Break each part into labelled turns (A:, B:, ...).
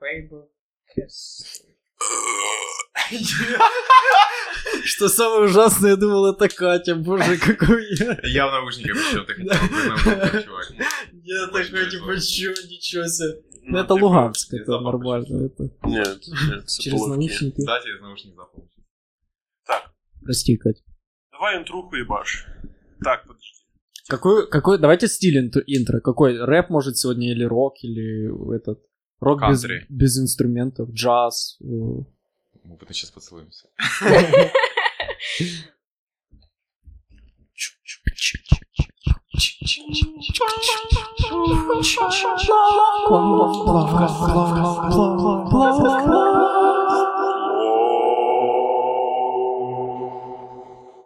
A: Фейбл. Хес.
B: Что самое ужасное, я думал, это Катя. Боже, какой я.
C: Я в наушниках еще, ты хотел бы наушниках, чувак.
B: Я
C: Боже,
B: такой,
C: повезло.
B: типа, чё, ничего себе. Ну,
C: Ну,
B: это
C: ты
B: Луганск,
C: просто
B: это
C: запах
B: нормально. Это
D: Нет, нет, это
B: через
D: плохо.
B: наушники.
C: Кстати, из наушников запомнил.
B: Прости, Кать.
D: Давай интруху ебашь. Так, подожди.
B: Какой, какой, давайте стиль интро- интро. Какой рэп может сегодня или рок, или этот... Рок без,
C: Кантри.
B: без инструментов, джаз. э,
C: Мы потом сейчас поцелуемся.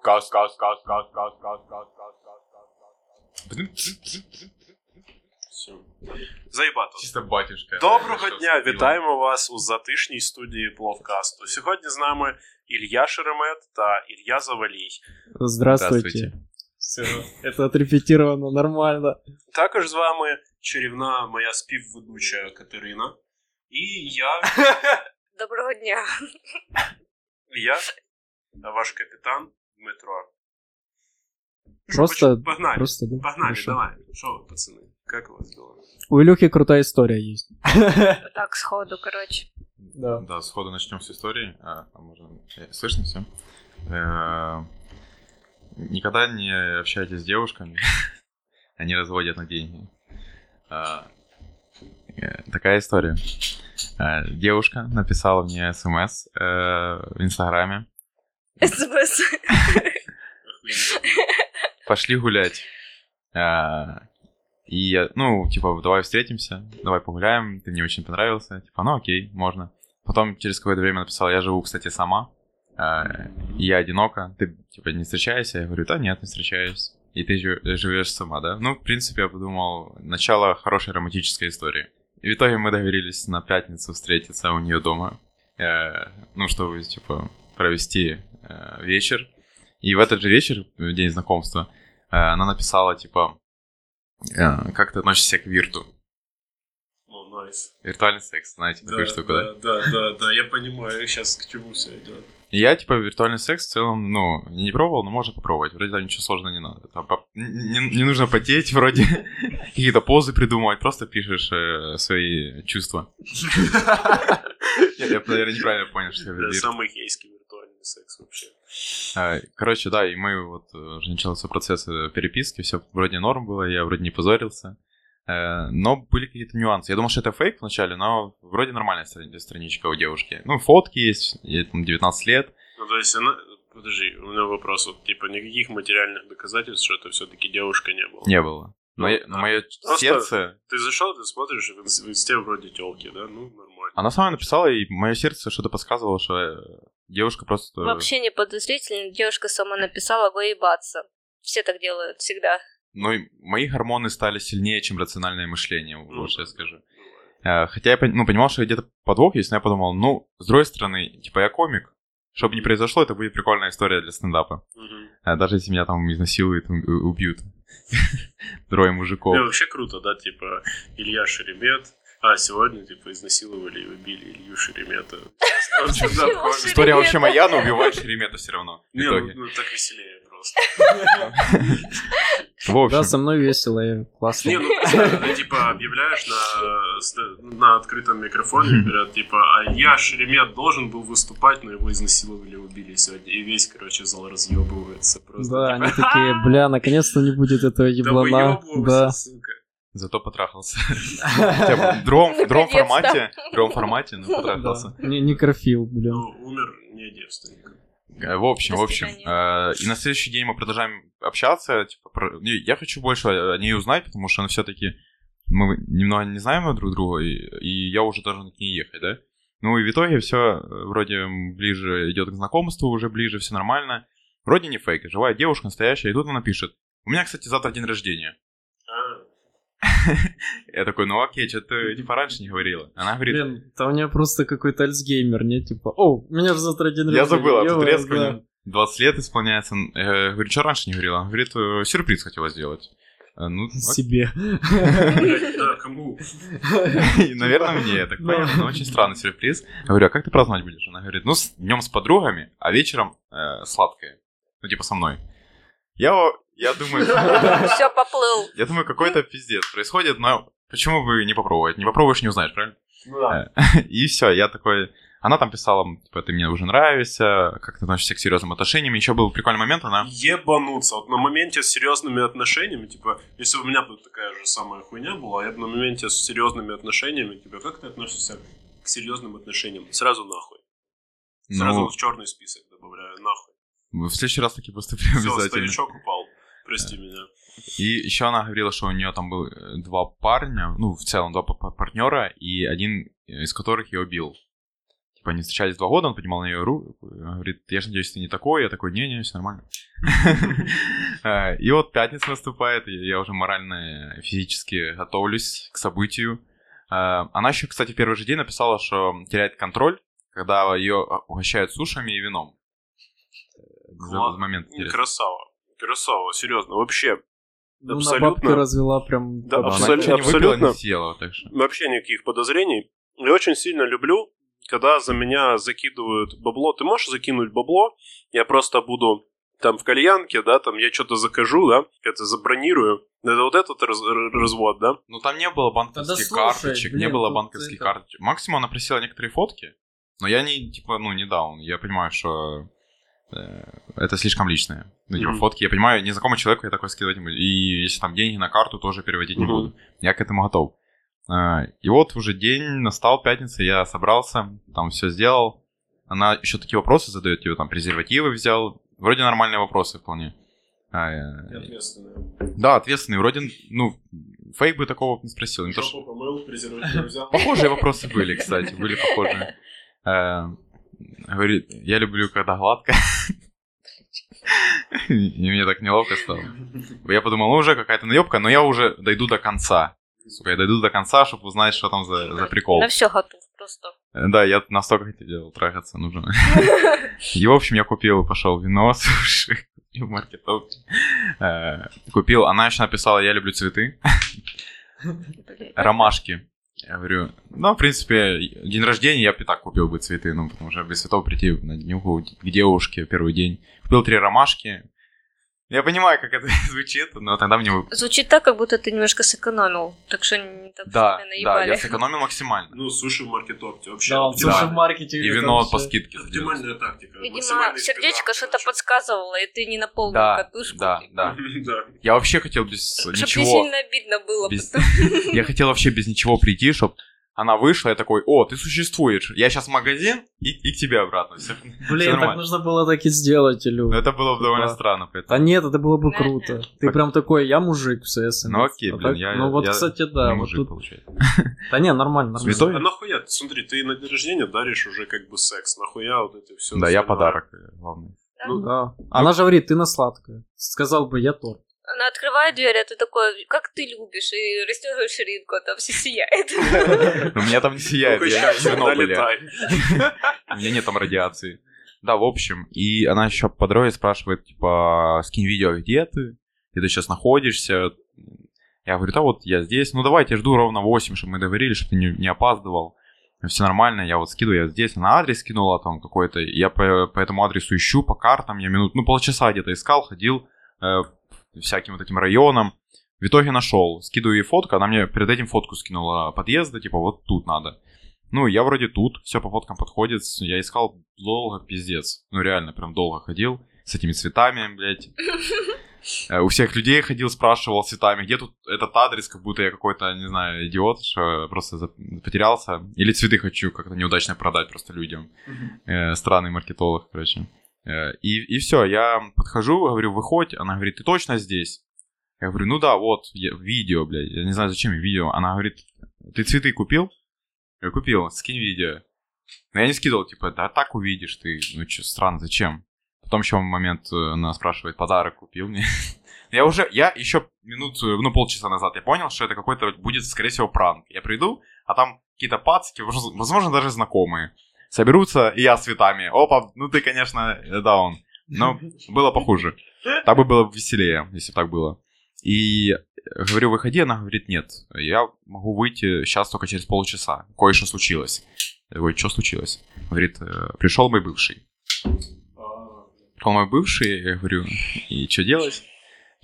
C: Газ, газ, газ, газ, газ, газ, газ, газ, газ, газ, газ.
D: Все. Заїбато.
C: Чисто батюшка.
D: Доброго
C: Щас
D: дня,
C: купила.
D: вітаємо вас у затишній студії Пловкасту. Сьогодні з нами Ілья Шеремет та Ілья Завалій.
B: Здравствуйте. Все, это отрепетировано нормально.
D: Також з вами чарівна моя співведуча Катерина. І я,
E: Доброго дня.
D: я, ваш капітан Дмитро. Що,
B: Просто,
D: поч- погнали.
B: просто, да.
D: Ну, Погнали,
B: Хорошо.
D: давай. Що ви, пацани? Як у вас дела?
B: У Илюхи крутая история есть.
E: Так, сходу, коротше.
B: Да.
C: Да, сходу начнем с истории. А, а можно... э, Слышно все? Никогда не общайтесь с девушками. Они разводят на деньги. А, э, Такая история. А, Девушка написала мне смс э, в Инстаграме.
E: СБС.
C: Э. Пошли гулять. А, И я, ну, типа, давай встретимся, давай погуляем, ты мне очень понравился. Типа, ну окей, можно. Потом через какое-то время написал, я живу, кстати, сама. а, и я одинока, ты, типа, не встречаешься? Я говорю, да нет, не встречаюсь. И ты жи- живешь сама, да? Ну, в принципе, я подумал, начало хорошей романтической истории. И в итоге мы договорились на пятницу встретиться у нее дома. э, ну, чтобы, типа, провести э, вечер. И в этот же вечер, в день знакомства, э, она написала, типа, э, как ты относишься к вирту?
D: Ну, найс.
C: Виртуальный секс, знаете, такую штуку, да?
D: да, да, да, я понимаю, сейчас к чему все идет.
C: И Я, типа, виртуальный секс в целом, ну, не пробовал, но можно попробовать. Вроде там ничего сложного не надо. Там по- не, не нужно потеть, вроде какие-то позы придумывать, просто пишешь э, свои чувства. Нет, я, наверное, неправильно понял, что это
D: Да,
C: вирт.
D: самый гейский виртуальный секс вообще.
C: А, Короче, да, и мы вот э, уже начался процесс э, переписки, все вроде норм было, я вроде не позорился. Э, Но были какие-то нюансы. Я думал, что это фейк вначале, но вроде нормальная страни- страничка у девушки. Ну, фотки есть, ей там 19 лет.
D: Ну, то есть она... Подожди, у меня вопрос, вот, типа, никаких материальных доказательств, что это все-таки девушка не было.
C: Не было. Но
D: Ну,
C: я-
D: да.
C: мое
D: Просто-
C: сердце...
D: Ты зашел, ты смотришь, в, инс- в инсте вроде телки, да? Ну, нормально.
C: Она сама написала, и мое сердце что-то подсказывало, что э, девушка просто...
E: Вообще не подозрительно. Девушка сама написала выебаться. Все так делают всегда.
C: Ну, и мои гормоны стали сильнее, чем рациональное мышление,
D: Ну,
C: вот что я скажу.
D: бывает.
C: Э, Хотя я пон- ну, понимал, что где-то подвох есть, но я подумал, ну, с другой стороны, типа, я комик. Чтобы не произошло, это будет прикольная история для стендапа.
D: Мгм.
C: Э, Даже если меня там изнасилуют, у- у- убьют. Трое мужиков.
D: Не, вообще круто, да, типа, Илья Шеремет. А, сегодня, типа, изнасиловали и убили Илью Шеремета. Ну, чудак,
E: Илью
D: помнишь?
E: Шеремета.
C: История вообще моя, но убивают Шеремета все равно. В
D: Не, ну,
C: итоге.
D: ну, так веселее просто.
C: В общем,
B: Да, со мной весело и классно.
D: Не, ну, представь, ты, типа, объявляешь на, ст- на открытом микрофоне, говорят, типа, а я, Шеремет, должен был выступать, но его изнасиловали и убили сегодня. И весь, короче, зал разъебывается просто.
B: Да,
D: типа,
B: они такие, бля, наконец-то не будет этого
D: «Да
B: еблана.
D: выёбывайся,
B: Да.
D: сука.
C: зато потрахался. Хотя бы В другом в другом
E: Наконец-то.
C: формате, в другом формате, но
B: Да.
C: потрахался.
B: Не- Некрофил, блин.
D: Ну, умер не девственник.
C: Э, В общем,
E: До
C: в общем. э, И на следующий день мы продолжаем общаться. Типа, про- не, я хочу больше о о ней узнать, потому что она все-таки мы немного не знаем друг друга, и, и я уже должен к ней ехать, да? Ну и в итоге все вроде м, ближе идет к знакомству, уже ближе, все нормально. Вроде не фейк, живая девушка настоящая, и тут она пишет. У меня, кстати, завтра день рождения.
D: А,
C: Я такой, ну окей, что ты типа раньше не говорила. Она говорит,
B: Блин, там у меня просто какой-то альцгеймер, не типа, о, у меня же завтра день рождения.
C: Я забыл, а тут
B: ё-моё,
C: резко
B: да».
C: мне 20 лет исполняется. Э, Говорю, что раньше не говорила? Она Говорит, э, сюрприз хотела сделать. Э, Ну,
B: себе.
D: Блядь, да, кому?
C: окей. наверное, мне, я так
B: Да.
C: понял. Ну, очень странный сюрприз. Я говорю, а как ты праздновать будешь? Она говорит, ну, с днем с подругами, а вечером э, сладкое. Ну, типа со мной. Я, о- я думаю,
E: Все, поплыл.
C: я думаю, какой-то пиздец происходит, но почему бы не попробовать? Не попробуешь, не узнаешь, правильно?
D: Ну да.
C: И все, я такой... Она там писала, м, типа, ты мне уже нравишься, как ты относишься к серьезным отношениям. Еще был прикольный момент, она...
D: Ебануться. Вот на моменте с серьезными отношениями, типа, если бы у меня бы такая же самая хуйня была, я бы на моменте с серьезными отношениями, типа, как ты относишься к серьезным отношениям? Сразу нахуй. Сразу
C: Ну,
D: в черный список добавляю, нахуй.
C: в следующий раз таки поступлю
D: Все,
C: обязательно.
D: старичок упал. Прости меня.
C: И еще она говорила, что у нее там был э, два парня, ну, в целом два пар- партнера, и один э, из которых ее бил. Типа они встречались два года, он поднимал на ее руку, э, говорит, я же надеюсь, ты не такой, я такой, не-не, все нормально. Э, И вот пятница наступает, и я уже морально, э, физически готовлюсь к событию. Э, Она еще, кстати, в первый же день написала, что теряет контроль, когда ее угощают сушами и вином. Э, за- за момент
D: Не
C: интересный.
D: красава. Красава, серьезно. Вообще,
B: Ну, на
D: Абсолютно.
B: бабки развела прям...
D: Да,
C: Да,
B: вообще.
C: Она ничего не выпила,
D: абсолютно.
C: не съела, так что...
D: вообще никаких подозрений. Я очень сильно люблю, когда за меня закидывают бабло. Ты можешь закинуть бабло? Я просто буду там в кальянке, да, там я что-то закажу, да, это забронирую. Это вот этот раз- р- развод, да?
C: Ну там не было банковских
B: Тогда слушай,
C: карточек, не
B: блин,
C: было
B: тут
C: банковских
B: это-
C: карточек. Максимум она просила некоторые фотки, но я не, типа, ну, не дал. Я понимаю, что э, это слишком личное. Ну, типа,
D: Мгм.
C: фотки, я понимаю, незнакомому человеку я такое скидывать не буду. И если там деньги на карту, тоже переводить не
D: Мгм.
C: буду. Я к этому готов. А, И вот уже день настал, пятница, я собрался, там все сделал. Она еще такие вопросы задает тебе, там, презервативы взял. Вроде нормальные вопросы вполне. А, э, Да, ответственный, вроде, ну, фейк бы такого не спросил. Не Ну, то, что-
D: помыл, презерватив взял.
C: Похожие вопросы были, кстати, были похожие. Э, Говорит, я люблю, когда гладко. И мне так неловко стало. Я подумал, ну уже какая-то наебка, но я уже дойду до конца. Сука, я дойду до конца, чтобы узнать, что там за, за прикол.
E: На все готов просто.
C: Э, Да, я настолько хотел трахаться, нужно. И, в общем, я купил, пошел вино, суши, купил маркетовки. Э, Купил, она еще написала, я люблю цветы ромашки. Я говорю, ну, в принципе, день рождения я бы и так купил бы цветы, ну, потому что без цветов прийти на днюху к девушке первый день. Купил три ромашки. Я понимаю, как это звучит, но тогда мне... бы-
E: Звучит так, как будто ты немножко сэкономил. Так что не так
C: Да,
E: сильно
C: да,
E: наебали.
C: я сэкономил максимально.
D: Ну, суши в маркетопте вообще.
B: Да, он в
D: оптимальная-
B: суши-маркете.
C: И
B: это
C: вино
B: вообще-
C: по скидке.
D: оптимальная тактика.
E: Видимо,
D: максимальный
E: сердечко
D: спидран,
E: что-то
D: короче.
E: подсказывало, и ты не на полную
C: Да,
E: катушку.
C: да, да.
D: Да.
C: Я вообще хотел без
E: Чтоб не
C: ничего...
E: сильно обидно было.
C: без-
E: потом.
C: Я хотел вообще без ничего прийти, чтобы она вышла, я такой, о, ты существуешь, я сейчас в магазин и, и к тебе обратно. Всё.
B: Блин, так
C: нормально.
B: нужно было так и сделать, Илю.
C: Но это было бы довольно
B: Да.
C: странно. Поэтому...
B: Да нет, это было бы
E: Да.
B: круто. Ты
C: Так.
B: прям такой, я мужик, все, СМС.
C: Ну окей,
B: А
C: блин,
B: так-
C: я-
B: Ну вот,
C: я
B: кстати, да,
C: Не
B: вот
C: мужик,
B: тут...
C: получается.
B: Да не, нормально, нормально.
C: Святой?
D: А нахуя? Смотри, ты на день рождения даришь уже как бы секс. Нахуя вот это все?
C: Да, я подарок, э, главное.
B: Ну да. Она же говорит, ты на сладкое. Сказал бы, я торт.
E: Она открывает дверь, а ты такой, как ты любишь, и расстегиваешь ширинку, а там все сияет.
C: У меня там не сияет,
D: Ну-ка,
C: я не
D: Ну, щас,
C: Чернобыле.
D: налетай.
C: У меня нет там радиации. Да, в общем, и она еще по дороге спрашивает, типа, скинь видео, где ты, где ты сейчас находишься. Я говорю, да вот я здесь, ну давайте, я жду ровно 8, чтобы мы договорились, чтобы ты не, не опаздывал. Все нормально, я вот скидываю, я здесь, она адрес скинула там какой-то, я по, по этому адресу ищу по картам, я минут, ну полчаса где-то искал, ходил э, всяким вот этим районам. В итоге нашел, скидываю ей фотку, она мне перед этим фотку скинула подъезда, типа вот тут надо. Ну, я вроде тут, все по фоткам подходит. Я искал долго, пиздец. Ну, реально, прям долго ходил с этими цветами, блядь. Э, У всех людей ходил, спрашивал с цветами, где тут этот адрес, как будто я какой-то, не знаю, идиот, что просто за- потерялся. Или цветы хочу как-то неудачно продать просто людям. Э, Странный маркетолог, короче. Э, И, и все, я подхожу, говорю, выходь. Она говорит, ты точно здесь? Я говорю, ну да, вот, я- видео, блядь. Я не знаю, зачем я видео. Она говорит, ты цветы купил? Я купил, скинь видео. Но я не скидывал, типа, да так увидишь ты. Ну чё, странно, зачем? Потом еще момент э, она спрашивает, подарок купил мне. Я уже, я еще минут, э, ну полчаса назад я понял, что это какой-то будет, скорее всего, пранк. Я приду, а там какие-то пацки, возможно, возможно, даже знакомые. Соберутся, и я с цветами. Опа, ну ты, конечно, э, даун. Но было похуже. Так бы было веселее, если бы так было. И говорю, выходи, она говорит, нет, я могу выйти сейчас только через полчаса, кое-что случилось. Я такой, что случилось? Говорит, «Э, пришел мой бывший. Пришел мой бывший, я говорю, и что делать?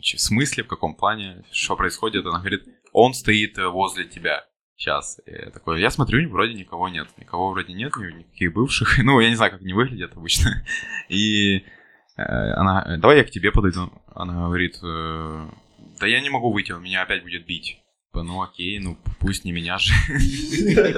C: Чё- В смысле, в каком плане, что происходит? Она говорит, он стоит э, возле тебя сейчас. Я такой, я смотрю, вроде никого нет, никого вроде нет, ни- никаких бывших. Ну, я не знаю, как они выглядят обычно. И э, она, давай я к тебе подойду. Она говорит, «Э, да я не могу выйти, он меня опять будет бить. Типа, Ну окей, ну пусть не меня же.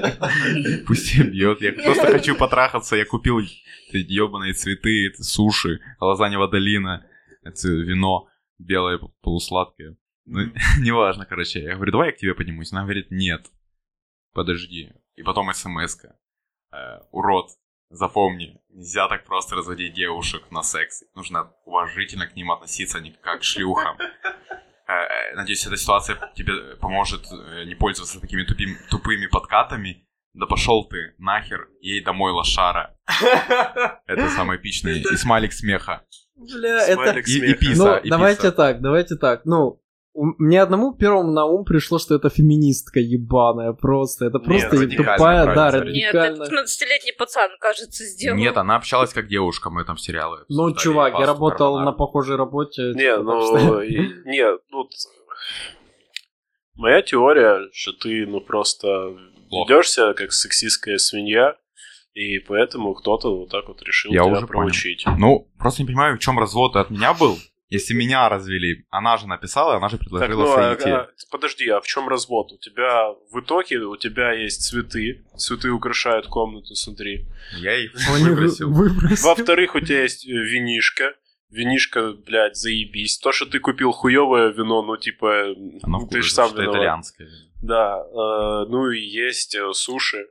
C: Пусть бьет. Я просто хочу потрахаться. Я купил эти ебаные цветы, это суши, лазаньева долина, это вино белое полусладкое. Ну, неважно, короче. Я говорю, давай я к тебе поднимусь. Она говорит, нет, подожди. И потом смс Урод, запомни, нельзя так просто разводить девушек на секс. Нужно уважительно к ним относиться, а не как к шлюхам. Э, Надеюсь, эта ситуация тебе поможет э, не пользоваться такими тупим- тупыми подкатами. Да пошел ты нахер, ей домой лошара. Это самое эпичное. И смайлик смеха.
B: Бля, это...
D: Смайлик
C: И, и
D: смеха.
C: писа,
B: Ну,
C: и писа.
B: давайте так, давайте так. Ну, у- мне одному первому на ум пришло, что это феминистка ебаная просто. Это
D: Нет,
B: просто
C: радикально,
B: тупая, да,
C: правильно,
E: Нет, это
B: радикально.
E: 15-летний пацан, кажется, сделал.
C: Нет, а она общалась как девушка, мы там сериалы.
B: Ну,
C: обсуждали,
B: чувак, я
C: пасту,
B: работал на
C: карбонару.
B: похожей работе.
D: Не,
B: типа, так что-
D: ну, и- не, ну, т- моя теория, что ты, ну, просто
C: Плохо.
D: ведешься как сексистская свинья, и поэтому кто-то вот так вот решил
C: Я
D: тебя
C: уже понял.
D: проучить.
C: Ну, просто не понимаю, в чем развод от меня был. Если меня развели, она же написала, она же
D: Так,
C: предложила
D: ну, а-
C: сойти.
D: а, подожди, а в чем развод? У тебя в итоге у тебя есть цветы, цветы украшают комнату, смотри.
C: Я их
B: Ну, Они вы-
C: выбросил.
B: выбросил.
D: Во-вторых, у тебя есть э, винишка. Винишка, блядь, заебись. То, что ты купил хуевое вино, ну, типа, м,
C: Оно
D: ты
C: вкусно,
D: же сам
C: что
D: виноват.
C: итальянское.
D: Да, э, ну и есть э, суши.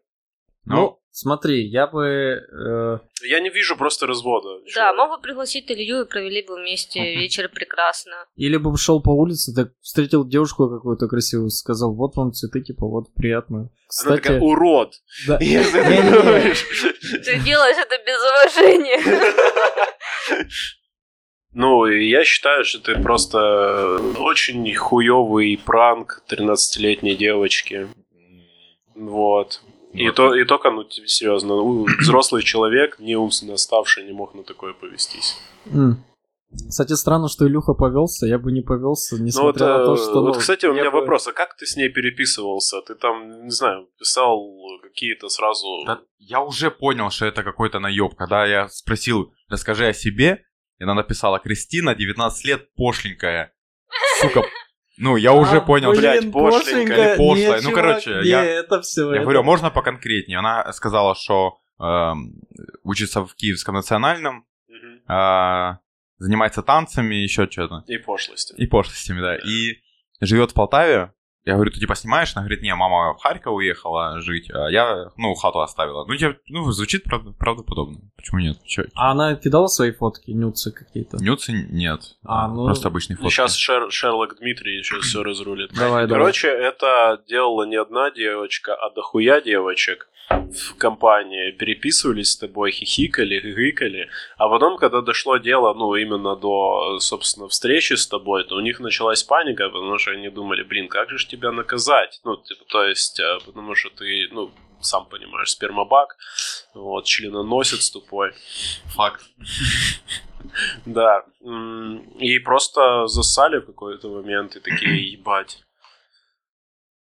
C: Ну,
B: Ну, смотри, я бы... э,
D: Я не вижу просто развода.
E: Да,
D: Чё?
E: мог бы пригласить Илью и провели бы вместе вечер прекрасно.
B: Или бы шел по улице, так встретил девушку какую-то красивую, сказал, вот вам цветы, типа, вот приятно.
D: Она такая,
B: Кстати,
D: урод.
B: да.
D: И ты
B: Не-не-не.
D: говоришь.
E: Ты делаешь это без уважения.
D: Ну, и я считаю, что ты просто очень хуёвый пранк 13-летней девочки. Вот. И,
C: Вот.
D: то, и только, ну, тебе серьезно, у- взрослый человек, не умственно оставший, не мог на такое повестись.
B: М. Кстати, странно, что Илюха повелся, я бы не повелся, несмотря
D: вот,
B: на
D: э,
B: то, что...
D: вот,
B: ну,
D: кстати, у
B: я
D: меня
B: бы-
D: вопрос, а как ты с ней переписывался? Ты там, не знаю, писал какие-то сразу...
C: да я уже понял, что это какой-то наеб. Когда я спросил, расскажи о себе, и она написала, Кристина, 19 лет, пошленькая. Сука. Ну, я уже
B: А,
C: понял,
D: блядь,
B: блин,
D: пошленько
B: пошленько,
C: или пошлое.
B: не,
C: Ну,
B: чувак,
C: короче,
B: не,
C: я-
B: это все.
C: Я говорю, а можно поконкретнее? Она сказала, что эм, учится в Киевском национальном,
D: Мгм.
C: а, занимается танцами, еще что-то.
D: И пошлости.
C: И пошлостями, да. И живет в Полтаве. Я говорю, ты типа снимаешь? Она говорит, не, мама в Харьков уехала жить, а я, ну, хату оставила. Ну, тебе, ну звучит правда- правдоподобно. Почему нет? Чё?
B: А она кидала свои фотки, нюцы какие-то?
C: Нюцы нет.
B: А, ну-
C: Просто обычный фото.
D: Сейчас Шер- Шерлок Дмитрий еще все разрулит.
B: Давай, давай.
D: Короче, это делала не одна девочка, а дохуя девочек в компании. Переписывались с тобой, хихикали, гыкали. А потом, когда дошло дело, ну, именно до, собственно, встречи с тобой, то у них началась паника, потому что они думали, блин, как же ж тебя наказать? Ну, типа, то есть, э, потому что ты, ну, сам понимаешь, спермобак, вот, членоносец тупой.
C: факт.
D: Да. м, И просто засали в какой-то момент и такие ебать.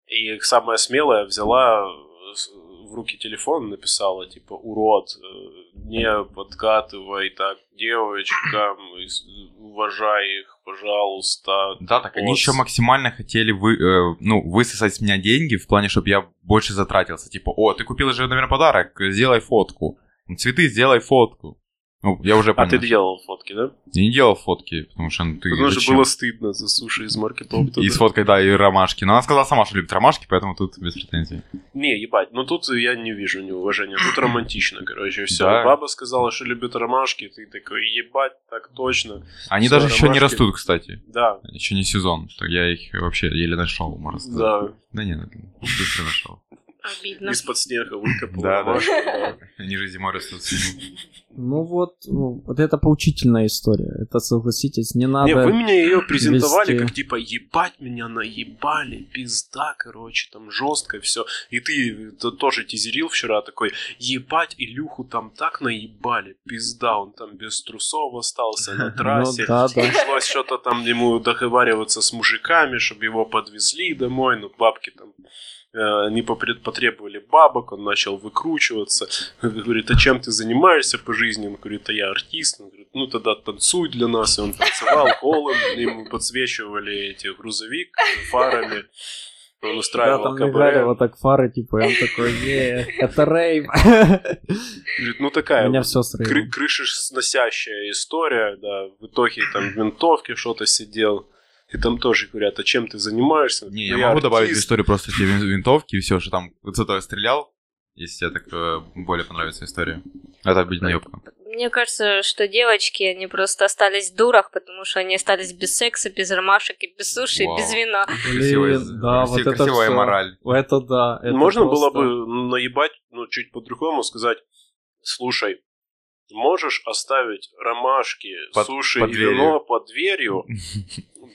D: И самая смелая взяла с- в руки телефон и написала, типа, урод, э, не подкатывай так девочкам, и с- уважай их, пожалуйста.
C: Да, так они
D: Вот.
C: еще максимально хотели вы, э, ну, высосать с меня деньги в плане, чтобы я больше затратился. Типа, о, ты купила же, наверное, подарок, сделай фотку. «Ну, Цветы, сделай фотку. Ну, я уже
D: А
C: понял.
D: ты делал фотки, да?
C: Я не делал фотки, потому что ну, ты
D: Потому что
C: зачем?
D: было стыдно за суши из маркетопта.
C: И с фоткой, да, и ромашки. Но она сказала сама, что любит ромашки, поэтому тут без претензий.
D: Не, ебать, ну тут я не вижу неуважения, тут романтично, короче, все.
C: Да.
D: Баба сказала, что любит ромашки, ты такой, ебать, так точно.
C: Они
D: Всё,
C: даже еще не
D: ромашки.
C: растут, кстати.
D: Да,
C: Еще не сезон. Так Я их вообще еле нашел, можно сказать.
D: да,
C: Да нет, быстро нашел.
B: Ну.
E: Обидно.
D: из-под снега выкопал
C: Да, да.
D: ромашку, да.
C: Они же зимой растут.
B: Ну вот, ну, вот это поучительная история. Это это, согласитесь, не надо.
D: Не, вы меня ее презентовали
B: вести.
D: как типа ебать меня наебали, пизда, короче, там жестко все. И ты это тоже тизерил вчера такой, ебать Илюху там так наебали, пизда, он там без трусов остался на трассе.
B: Ну да, да.
D: Пришлось что-то там ему договариваться с мужиками, чтобы его подвезли домой, но бабки там э, не попред- потребовали бабок, он начал выкручиваться. Говорит, а чем ты занимаешься по жизни? Он говорит, а я артист. Он говорит, ну тогда танцуй для нас. И он танцевал голым, ему подсвечивали эти грузовик э, фарами. Он
B: Да,
D: устраивал
B: там играли
D: кабаре.
B: вот так фары, типа, и он такой, не, это рейв.
D: Говорит, ну
B: У
D: такая
B: меня все с
D: кры-
B: рейвом.
D: крышесносящая история, да, в итоге там в ментовке что-то сидел, и там тоже говорят, а чем ты занимаешься?
C: Не,
D: «Ну,
C: я могу добавить в
D: артист».
C: историю просто те вин- винтовки и все, что там вот с этого я стрелял, если тебе так э, более понравится история. Это будет наебка.
E: Мне кажется, что девочки, они просто остались в дурах, потому что они остались без секса, без ромашек и без суши, и
C: Вау.
E: без вина.
C: Красивая,
B: Блин, да,
C: красив-
B: вот это
C: красивая
B: всё.
C: мораль.
B: Это да. это
D: Можно было
B: просто-
D: бы наебать, ну, чуть по-другому сказать, слушай, можешь оставить ромашки,
C: Под-
D: суши
C: под
D: и
C: дверью».
D: вино под дверью?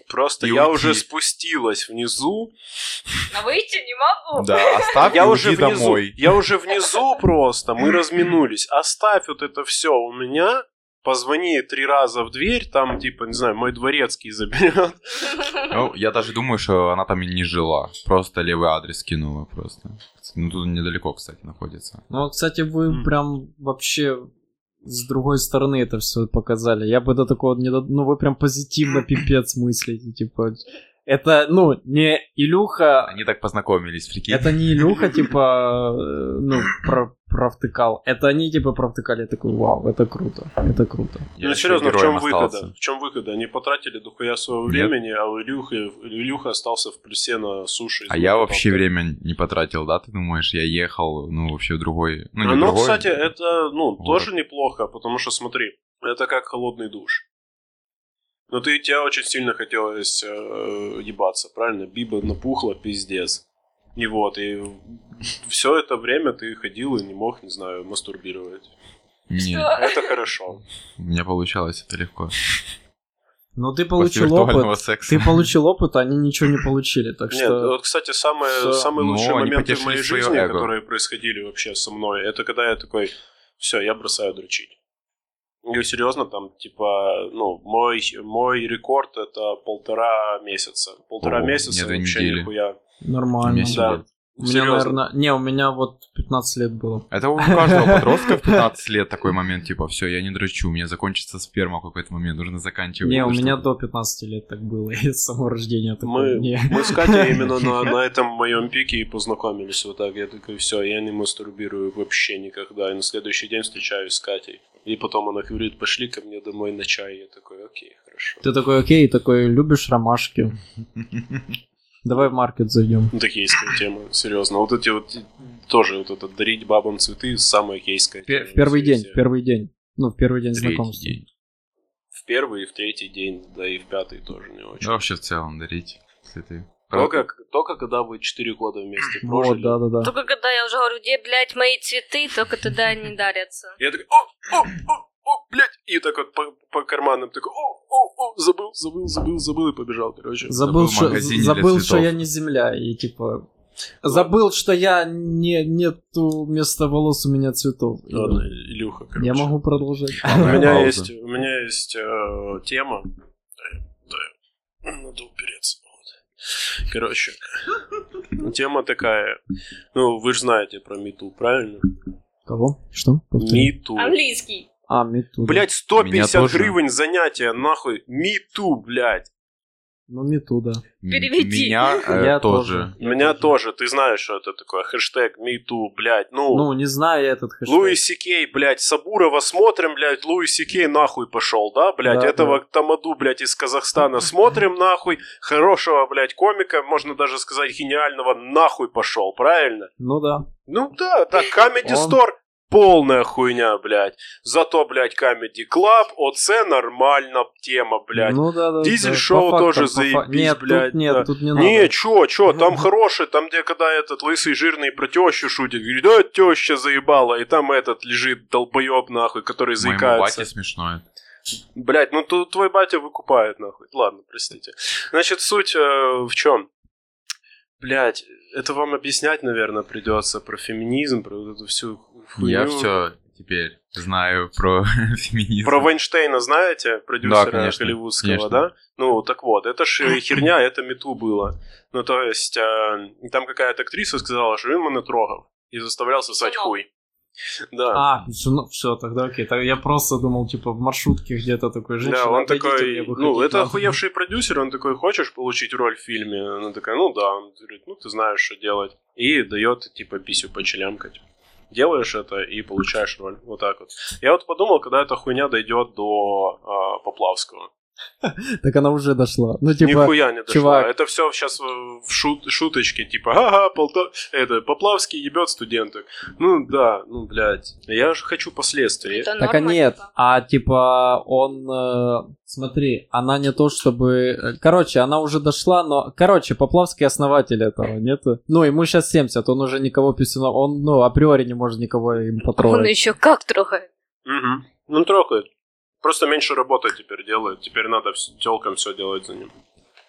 D: Просто
C: И
D: я
C: уйти.
D: уже спустилась внизу,
E: А выйти не могу.
C: Да, оставь
D: я
C: и
D: уже
C: А уйди
D: внизу,
C: домой.
D: я уже внизу просто, мы разминулись. Оставь вот это все у меня, позвони три раза в дверь, там типа, не знаю, мой дворецкий заберет.
C: Ну, я даже думаю, что она там и не жила. Просто левый адрес кинула просто. Ну, тут недалеко, кстати, находится.
B: Ну, вот, кстати, вы
D: М.
B: прям вообще с другой стороны это все показали. Я бы до такого не... до- Ну, вы прям позитивно пипец мыслите, типа... Это, ну, не Илюха...
C: Они так познакомились, прикинь.
B: Это не Илюха, типа, э, ну, про- провтыкал. Это они, типа, провтыкали. Я такой, вау, это круто, это круто.
C: Я
D: ну
C: еще
D: серьезно, в
C: героем
D: чем выгода?
C: остался.
D: В чем выгода? Они потратили дохуя своего
C: Нет.
D: времени, а у Илюхи, Илюха остался в плюсе на суше.
C: А я вообще время не потратил, да, ты думаешь? Я ехал, ну, вообще в другой... Ну, не
D: Ну,
C: в другой.
D: кстати, это ну
C: Вот.
D: тоже неплохо, потому что смотри, это как холодный душ. Но ты тебе очень сильно хотелось э, ебаться, правильно? Биба напухла, пиздец. И вот, и все это время ты ходил и не мог, не знаю, мастурбировать.
C: Не,
E: Что?
D: Это хорошо.
C: у меня получалось это легко.
B: Ну, ты
C: После
B: получил
C: виртуального
B: опыт.
C: секса.
B: Ты получил опыт, а они ничего не получили, так
D: Нет, э,
B: что...
D: вот, кстати, самое,
B: Всё.
D: самые
C: Ну,
D: лучшие
C: они
D: моменты в
C: потешили
D: моей
C: своё
D: жизни,
C: эго.
D: которые происходили вообще со мной, это когда я такой, все, я бросаю дрочить. И серьезно, там, типа, ну, мой, мой рекорд это полтора месяца. Полтора
C: О,
D: месяца
C: мне две
D: вообще
C: недели.
D: нихуя.
C: У
B: Нормально.
C: меня
D: Да.
C: сегодня.
B: У меня,
D: Серьезно.
B: наверное... Не, у меня вот 15 лет было.
C: Это у каждого подростка в 15 лет такой момент, типа, все, я не дрочу, у меня закончится сперма в какой-то момент, нужно заканчивать.
B: Не, у
C: Ну,
B: меня
C: что-то.
B: до 15 лет так было, и с самого рождения такое.
D: Мы,
B: Типа не.
D: мы с Катей именно на, на этом моем пике и познакомились вот так. Я такой, все, я не мастурбирую вообще никогда. И на следующий день встречаюсь с Катей. И потом она говорит, пошли ко мне домой на чай. Я такой, окей, хорошо.
B: Ты такой, окей, такой, любишь ромашки? Давай в маркет зайдем.
D: Ну, так кейская тема, серьезно. Вот эти вот тоже вот это дарить бабам цветы самая кейская.
B: Пе-
D: тема
B: В первый
D: на
B: день,
D: свете.
B: в первый день. Ну, в первый день
C: Третий
B: знакомства.
C: день.
D: В первый и в третий день, да и в пятый тоже не
C: Да
D: очень.
C: вообще в целом дарить
D: Ну,
C: цветы.
D: Только, только когда вы 4 года вместе
B: Вот,
D: прожили.
B: да-да-да.
E: Только когда я уже говорю, где, блядь, мои цветы, только тогда они дарятся.
D: Я такой, о, о, о, о, блядь, и так вот по, по карманам такой, о, о, о, забыл, забыл, забыл, забыл и побежал, короче.
B: Забыл,
C: Забыл в
B: что,
C: магазине для
B: забыл что
C: цветов.
B: я не земля, и типа... Забыл, что я не, нету вместо волос у меня цветов. И
D: Ладно, Илюха, короче.
B: Я могу продолжать.
D: У меня
C: Пауза.
D: есть, у меня есть э, тема. Да, надо упереться. Вот. Короче, тема такая. Ну, вы же знаете про Миту, правильно?
B: Кого? Что? Повтори.
D: Миту.
E: Английский.
B: А, Миту. да.
D: Блять,
C: Меня
D: 150
C: тоже.
D: гривен занятия, нахуй. Миту, блять.
B: Ну, Миту, да.
C: М-
E: переведи.
C: Меня э,
B: Я
C: тоже.
D: У меня тоже, ты знаешь, что это такое. Хэштег Миту, блять. Ну,
B: Ну, не знаю я этот хэштег.
D: Луи Сикей, блять, Сабурова смотрим, блять, Луи Сикей нахуй пошел, да, блять,
B: Да,
D: этого Тамаду, блядь, из Казахстана смотрим, нахуй, хорошего, блять, комика, можно даже сказать, гениального, нахуй пошел, правильно?
B: Ну да.
D: Ну да, да, Comedy
B: Он-
D: Store полная хуйня, блядь. Зато, блядь, Comedy Club, ОЦ нормально тема, блядь.
B: Ну да, да.
D: Дизель
B: да. По
D: шоу
B: фактам,
D: тоже
B: по фа-
D: заебись,
B: Нет,
D: блядь,
B: тут нет,
D: да.
B: тут Ну, не надо.
D: Не, чё, чё, там хороший, там где когда этот лысый жирный про тещу шутит, говорит, да, теща заебала, и там этот лежит долбоеб нахуй, который
C: Моему бате
D: заикается.
C: смешно. это.
D: Блять, ну ту- твой батя выкупает, нахуй. Ладно, простите. Значит, суть э, в чем? Блять, это вам объяснять, наверное, придется про феминизм, про вот эту всю ху- хуйню.
C: Я все теперь знаю про феминизм.
D: Про Вайнштейна знаете, продюсера
C: конечно,
D: голливудского,
C: конечно.
D: да? Ну, так вот, это ж херня, это мету было. Ну, то есть, э, там какая-то актриса сказала, что он меня трогал и заставлял сосать
E: Сынок.
D: хуй. Да.
B: А, ну все, тогда окей. Так я просто думал, типа, в маршрутке где-то такой женщина.
D: да, он
B: «Отойдите,
D: такой,
B: мне выходить
D: ну, это
B: надо».
D: охуевший продюсер, он такой, хочешь получить роль в фильме? Она такая, ну да, он говорит, ну ты знаешь, что делать. И дает, типа, писю почелямкать. Делаешь это и получаешь роль. Вот так вот. Я вот подумал, когда эта хуйня дойдет до а, Поплавского.
B: Так она уже дошла. Ну, типа,
D: Нихуя не дошло.
B: чувак.
D: Это все сейчас в шут- шуточке, типа, ага, Полта... это, Поплавский ебет студенток. Ну да, ну, блядь, я же хочу последствия.
E: Это
B: Так а
E: норма,
B: нет,
E: типа.
B: а типа он, э, смотри, она не то чтобы, э, короче, она уже дошла, но, короче, Поплавский основатель этого, нет? Ну, ему сейчас 70, он уже никого писюна, он, ну, априори не может никого им
E: Он
B: потрогать.
E: еще как трогает.
D: Мгм. Ну, трогает. Просто меньше работы теперь делает. Теперь надо вс- телкам все делать за ним.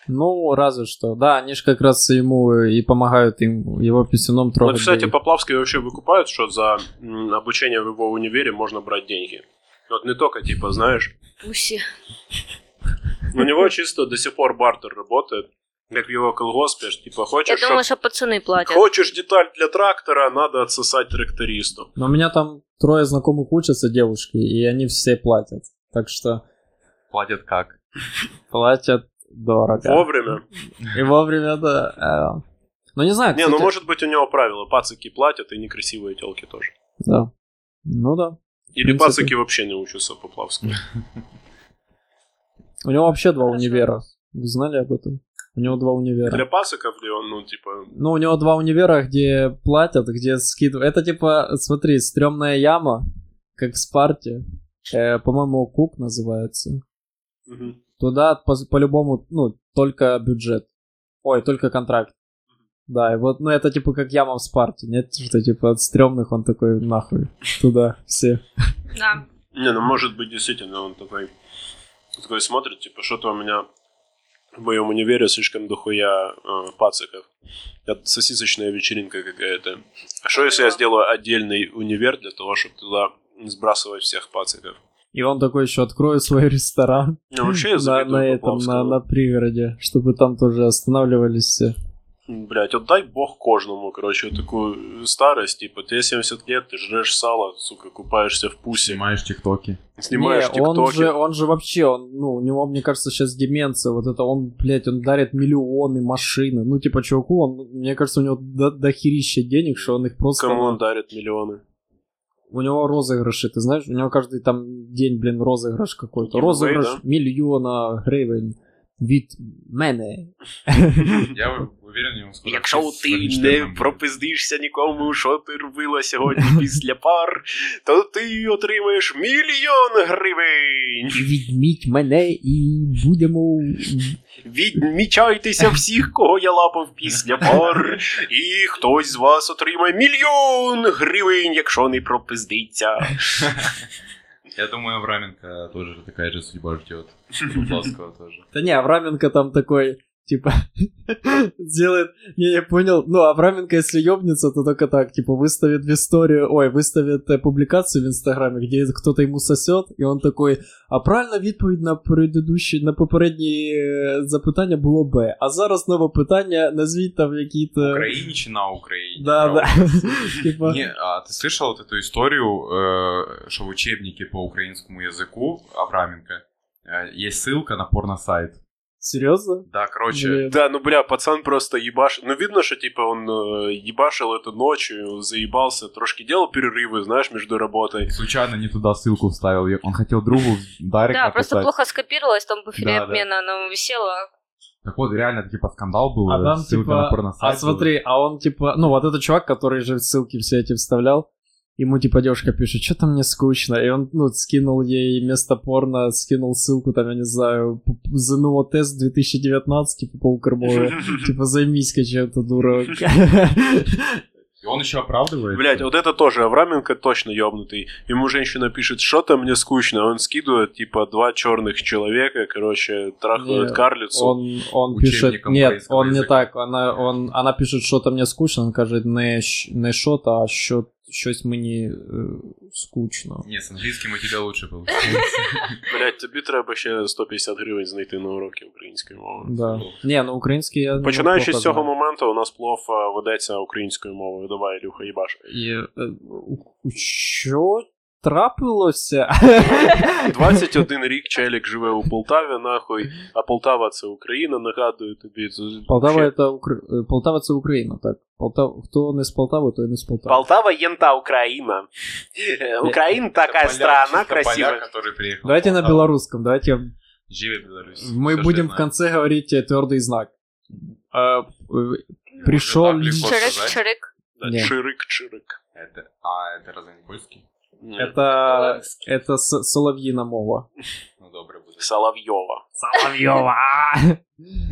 B: Ну, разве что, да, они же как раз ему и помогают им, его писюном
D: Ну,
B: трогать.
D: кстати,
B: Да.
D: Поплавский вообще выкупают, что за м, обучение в его универе можно брать деньги. Вот не только, типа, знаешь,
E: Пуси.
D: у него чисто до сих пор бартер работает, как в его колгоспе, типа,
E: Я
D: хочешь, чтоб-
E: думаю, что пацаны платят.
D: хочешь деталь для трактора, надо отсосать трактористу.
B: Но у меня там трое знакомых учатся, девушки, и они все платят, так что
C: Платят как?
B: платят дорого.
D: Вовремя.
B: И вовремя, да. э. Ну, не знаю,
D: Не, ну
B: кстати,
D: может быть у него правило, пацики платят и некрасивые телки тоже.
B: да. Ну да.
D: Или
B: принципе.
D: пацики вообще не учатся по плавскому.
B: У него вообще два
E: Хорошо.
B: универа. Вы знали об этом? У него два универа.
D: Для пациков ли он, ну, типа...
B: Ну, у него два универа, где платят, где скидывают. Это типа, смотри, стрёмная яма, как в Спарте. Э, по-моему, Кук называется.
D: мгм.
B: Туда по- по-любому, ну, только бюджет. Ой, только контракт. Да, и вот, ну это типа как яма в Спарте, нет? Что типа от стрёмных он такой нахуй туда все.
E: Да.
D: Не, ну может быть действительно он такой... Такой смотрит, типа, что-то у меня в моем универе слишком дохуя э, пациков. Это сосисочная вечеринка какая-то. А что если я сделаю отдельный универ для того, чтобы туда сбрасывать всех пациков?
B: И он такой еще откроет свой ресторан
D: Ну, вообще я
B: на,
D: завидую
B: на этом, на,
D: Поплавскому.
B: на пригороде, чтобы там тоже останавливались все.
D: Блять, вот дай бог кожному, короче, вот такую старость, типа, тебе 70 лет, ты жрешь сало, сука, купаешься в пусе,
C: Снимаешь тиктоки.
D: снимаешь
B: Не, он
D: тиктоки.
B: же, он же вообще, он, ну, у него, мне кажется, сейчас деменция, вот это он, блядь, он дарит миллионы машины, ну, типа, чуваку, он, мне кажется, у него до, дохерища денег, что он их просто...
D: Кому он дарит миллионы?
B: У него розыгрыши, ты знаешь, у него каждый там день, блин, розыгрыш какой-то,
D: Giveaway,
B: розыгрыш
D: да?
B: миллиона гривен від мене.
C: Я уверен, ему скоро.
D: Якщо ти не пропиздишся нікому, що ти робила сьогодні після пар, то ти отримаєш мільйон гривень.
B: Відміть мене і будемо...
D: Відмічайтеся всіх, кого я лапав після пар, і хтось з вас отримає мільйон гривень, якщо не пропиздиться.
C: Я думаю, Авраменко тоже такая же судьба ждет. Поплавского тоже.
B: Да не, Авраменко там такой, типа, делает, не, я понял, ну, Авраменко, если ёбнется, то только так, типа, выставит в историю, ой, выставит э, публикацию в Инстаграме, где кто-то ему сосет, и он такой, а правильно відповідь на предыдущі, на попередні е, запитання було Б, а зараз нове питання, назвіть там які-то...
C: Украинич на Украине.
B: Да, да. Типа,
C: Не, а ты слышал вот эту историю, э, что в учебнике по украинскому языку Авраменко э, есть ссылка на порно-сайт?
B: серьезно?
C: Да, короче,
B: Блин.
D: Да, ну бля, пацан просто ебаш... Ну видно, что типа он э, ебашил это ночью, заебался, е, трошки делал перерывы, знаешь, между работой.
C: случайно не туда ссылку вставил. Я- Он хотел другу Дарик
E: Да, просто
C: написать.
E: плохо скопировалось, там буфере
C: Да, да.
E: обмена, оно висело.
C: Так вот, реально, типа, скандал был,
B: А там,
C: ссылка на
B: типа,
C: порносайт
B: а смотри, а он, типа, ну, вот этот чувак, который же ссылки все эти вставлял, ему, типа, девушка пишет, что-то мне скучно, и он, ну, скинул ей место порно, скинул ссылку, там, я не знаю, п- п- ЗНО тест 2019, типа, по Укрмове, типа, займись-ка чем-то, дурак.
C: И он еще оправдывается.
D: Блять, вот это тоже Авраменко точно ёбнутый. Ему женщина пишет, что-то мне скучно. Он скидывает, типа, два черных человека, короче, трахают
B: Не,
D: карлицу.
B: Он, он
C: Учебником
B: пишет... Нет,
C: украинского
B: он не
C: языка.
B: так. Она, он, она пишет, що-то мені скучно. Він каже, не, щ- не що-то, а що, щось мені е, скучно.
C: Нет, с английским у тебя лучше было.
D: Блять, тобі треба ще 150 гривень знайти на уроки української мови.
B: Да. Ні, ну український я... ну,
D: Починаючи
B: плохо
D: з цього
B: знаю.
D: моменту, у нас плов е, ведеться українською мовою. Давай, Ілюха, їбаш.
B: І, е, у- у- Що трапилося?
D: 21 рік челік живе у Полтаві, нахуй, а Полтава це Україна, нагадую тобі. це
B: Полтава
D: вообще-
B: это Укра- е, Полтава це Україна, так. Полтав... Хто не з Полтави, той не з Полтави.
D: Полтава ента Украина. Э, Украина такая
C: Тополя-
D: страна
C: Тополя,
D: красивая.
C: который приехал.
B: Давайте на
C: Полтаву.
B: білоруському, давайте я
C: Живи Беларусь.
B: Мы
C: Всё,
B: будем
C: что
B: в
C: я
B: конце говорить э, твердый знак. А, э,
C: знаю.
B: пришел
C: Уже так легко
E: Чирик,
C: сказать.
E: чирик.
D: Да,
B: Не.
D: Чирик, чирик.
C: Это, а, это разве не польский?
D: Нет.
B: это, это с- Соловьина мова.
C: Ну, добрый будет.
D: Соловьева.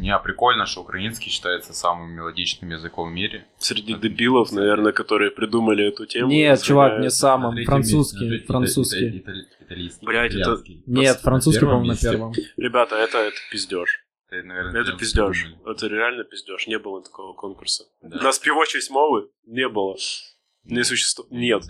C: Не, а прикольно, что украинский считается самым мелодичным языком в мире.
D: Среди дебилов, наверное, которые придумали эту тему.
B: Нет, чувак, не
D: извиняюсь.
C: На
B: самым.
C: третьем
B: французский,
C: месте, на
B: французский.
C: третьем- ита- ита- ита- италийский,
D: Блядь, это-
C: итальянский.
B: Нет, французский,
C: первом
B: по-моему, на
C: месте.
B: первом.
D: Ребята, это, это пиздеж.
C: Ты, наверное,
D: Это
C: прям
D: пиздеж.
C: придумали.
D: Это реально пиздеж. Не было такого конкурса.
C: Да.
D: У нас певочесть мовы не было. Не существует. Нет.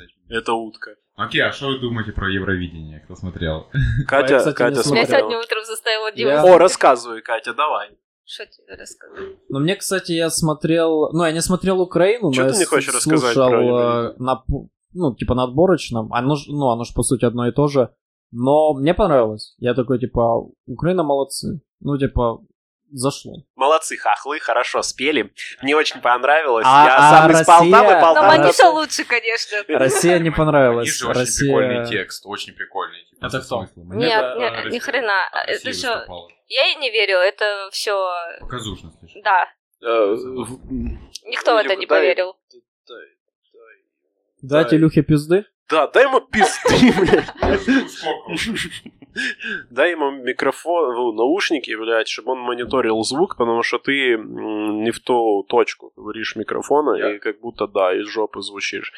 D: Это утка.
C: Окей, а что вы думаете про Евровидение? Кто смотрел?
D: Катя,
B: кстати, не
D: Катя
B: смотрел.
E: Меня
D: смотрела.
E: сегодня утром заставила
B: Я-
E: Дима.
D: О, рассказывай, Катя, давай.
E: Что тебе рассказать?
B: Но мне, кстати, я смотрел... Ну, я не смотрел Украину,
D: Чё
B: но
D: ты
B: я
D: не хочешь
B: слушал
D: рассказать про
B: э,
D: Евровидение?
B: на, пу- ну, типа на отборочном. Оно ж, ну, оно же, по сути, одно и то же. Но мне понравилось. Я такой, типа, Украина молодцы. Ну, типа, зашло.
D: Молодцы, хохлы, хорошо спели. Мне очень понравилось.
B: А-
D: Я
B: а
D: сам из
B: Россия?
D: Полтавы,
B: Но
E: Но
D: Полтава.
B: Маниша
E: Маниша Ну, лучше, конечно.
B: Россия не понравилась.
C: Они же очень
B: Россия...
C: прикольный текст, очень прикольный. типа,
B: Это
C: со
B: кто?
C: смыслом. Мне
E: Нет,
B: это,
E: нет,
C: э,
E: ни хрена.
C: от России
E: Это что?
C: выступала.
E: Я ей не верю, это все.
C: Показушно, слышишь?
E: Да,
D: Э, в-
E: никто в это
D: Или-
E: не
D: Ну, да, и-
E: поверил.
B: Дайте Илюхе пизды.
D: Да, дай ему пизды, блядь.
C: Сколько?
D: Дай ему микрофон, ну, наушники, блядь, чтобы он мониторил звук, потому что ты м, не в ту точку говоришь микрофона,
C: Я?
D: и как будто, да, из жопы звучишь.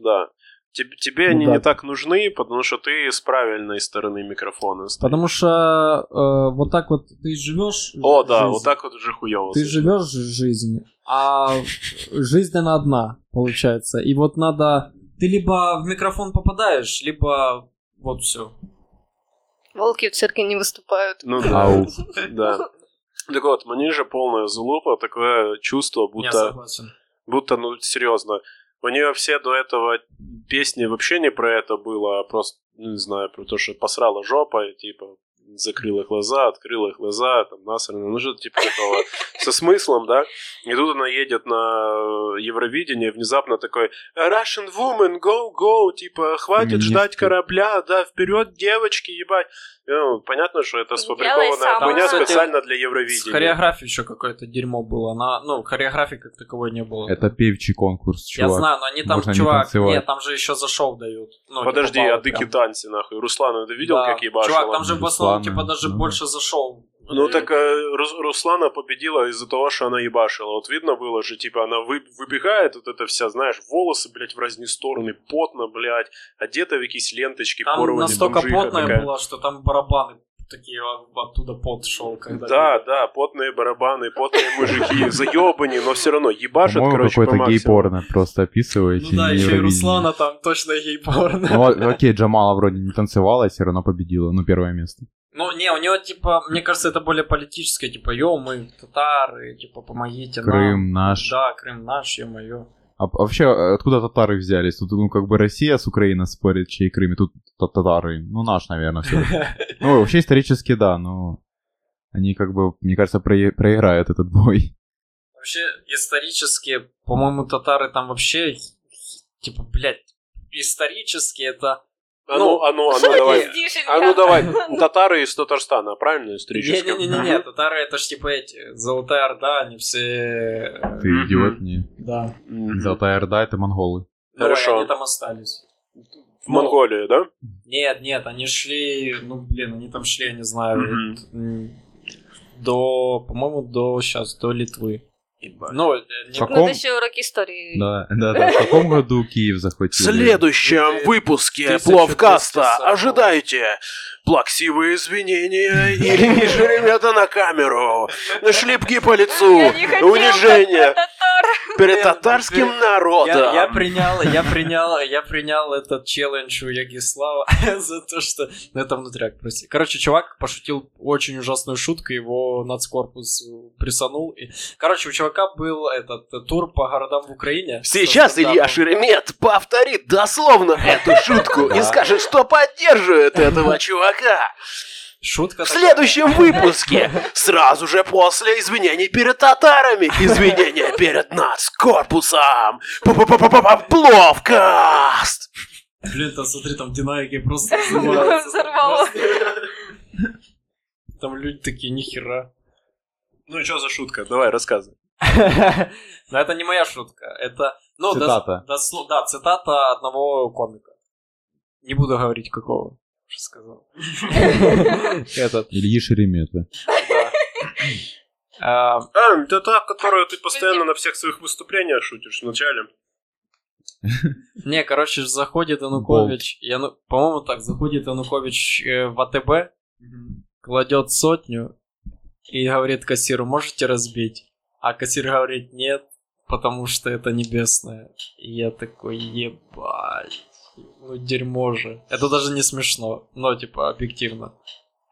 D: Да. Теб- Тебе
B: Ну
D: они
B: да.
D: не так нужны, потому что ты с правильной стороны микрофона. стоишь.
B: Потому что э, вот так вот ты живешь.
D: О, да, вот так вот уже хуёво.
B: Ты
D: звучит.
B: живешь жизнь, а жизнь она одна, получается. И вот надо. Ты либо в микрофон попадаешь, либо вот все.
E: Волки в цирке не выступают.
D: Ну да. да. Так вот, Манижа полная залупа, такое чувство, будто...
B: согласен.
D: Будто, ну, серьезно. У нее все до этого песни вообще не про это было, а просто, ну, не знаю, про то, что посрала жопа, и, типа, закрыла глаза, открыла глаза, там, насрано, ну, что-то типа такого. Со смыслом, да? И тут она едет на Евровидение, внезапно такой «Russian woman, go, go!» Типа, хватит
C: Феминистки.
D: ждать корабля, да, вперед, девочки, ебать! Ну, понятно, что это
E: Делай
D: сфабрикованная
E: сама.
D: хуйня
E: Кстати,
D: специально для
B: С
D: Евровидения.
B: хореографией еще какое-то дерьмо было. Она, ну, хореографии как таковой не было.
C: Это певчий конкурс, чувак.
B: Я знаю, но они там,
C: Можно не
B: чувак,
C: танцевать.
B: нет, там же еще за шоу дают. Ну,
D: Подожди,
B: типа
D: а
B: баллы
D: ты
B: прям.
D: китанцы, нахуй. Руслана, ты видел,
B: Да.
D: как ебашил?
B: Чувак, там же в основном,
C: Руслана,
B: типа, даже
C: ну да.
B: больше за шоу.
D: Ну так э, Рус- Руслана победила из-за того, что она ебашила. Вот видно было же, типа, она вы- выбегает, вот это вся, знаешь, волосы, блядь, в разные стороны, потно, блядь, одета в какие-то ленточки,
B: Там
D: порванные,
B: настолько
D: бомжиха
B: потная
D: такая.
B: была, что там барабаны такие а, оттуда пот шел. Когда типа
D: Да, да, потные барабаны, потные мужики, заебани, но все равно ебашат,
C: По-моему,
D: короче, по
C: какой-то
D: максимуму.
C: гей-порно просто описываете.
B: Ну да,
C: не
B: еще и
C: Евровидение.
B: Руслана там точно ей порно.
C: Ну, а- окей, Джамала вроде не танцевала, а все равно победила, ну, первое место.
B: Ну не, у него типа, мне кажется, это более политическое, типа, ё, мы татары, типа, помогите нам.
C: Крым наш.
B: Да, Крым наш, ё-моё.
C: А вообще, откуда татары взялись? Тут, ну, как бы Россия с Украиной спорит, чей Крым, и тут та- татары. Ну, наш, наверное, все. Ну, вообще, исторически, да, но они, как бы, мне кажется, прое- проиграют этот бой.
B: Вообще, исторически, по-моему, татары там вообще, типа, блядь, исторически это...
D: А ну, а ну, а ну,
E: Что
D: давай.
E: ты пиздишь,
D: А ну
E: Илья?
D: давай, татары из Татарстана, правильно, исторически?
B: Не-не-не, татары это ж типа эти, Золотая Орда, они все... э,
C: Ты
D: Мгм.
C: идиот, не.
B: Да.
D: Мгм.
C: Золотая Орда — это монголы.
B: Ну, и
D: Хорошо.
B: они там остались.
D: В Монголии, да?
B: Нет, нет, они шли, ну, блин, они там шли, я не знаю,
D: Мгм.
B: вот, м, до, по-моему, до сейчас, до Литвы.
D: Ебать.
B: Ну, э,
C: В
B: не-
C: каком?
E: еще урок истории.
C: Да, да, да. В каком году Киев
F: В
C: захватили?
F: следующем выпуске
B: 1240.
F: Пловкаста ожидайте плаксивые извинения Ирине Шеремета на камеру, шлепки по лицу,
E: Я не хотел как
F: унижение
E: татар.
F: перед татарским
B: я, я
F: народом.
B: принял, я принял, я принял этот челлендж у Ягислава за то, что... Ну, это внутряк, прости. Короче, чувак пошутил очень ужасную шутку, его нацкорпус присанул. И... Короче, у чувака был этот э, тур по городам в Украине.
F: Сейчас
B: Со
F: Илья
B: стендапом.
F: Шеремет повторит дословно эту шутку и скажет, что поддерживает этого чувака.
B: Шутка
F: В
B: такая.
F: следующем выпуске, сразу же после извинений перед татарами, извинения перед нас, корпусом, Пловкаст!
B: Блин, там смотри, там динамики просто взрываются.
E: Взорвало.
B: Там люди такие, нихера.
D: Ну и что за шутка? Давай, рассказывай.
B: Но это не моя шутка. Это, ну, дос-
C: Цитата.
B: дос- да, цитата одного комика. Не буду говорить какого. Уже сказал. Этот.
C: Ильи Шеремета.
B: А,
D: А, это та, которую ты постоянно на всех своих выступлениях шутишь вначале.
B: Не, короче, ж заходит Янукович. Яну- По-моему, так, заходит Янукович э, в АТБ, кладет сотню и говорит кассиру, можете разбить? А кассир говорит, нет, потому что это небесное. И я такой, ебать. Ну, дерьмо же. Это даже не смешно, но, типа, объективно.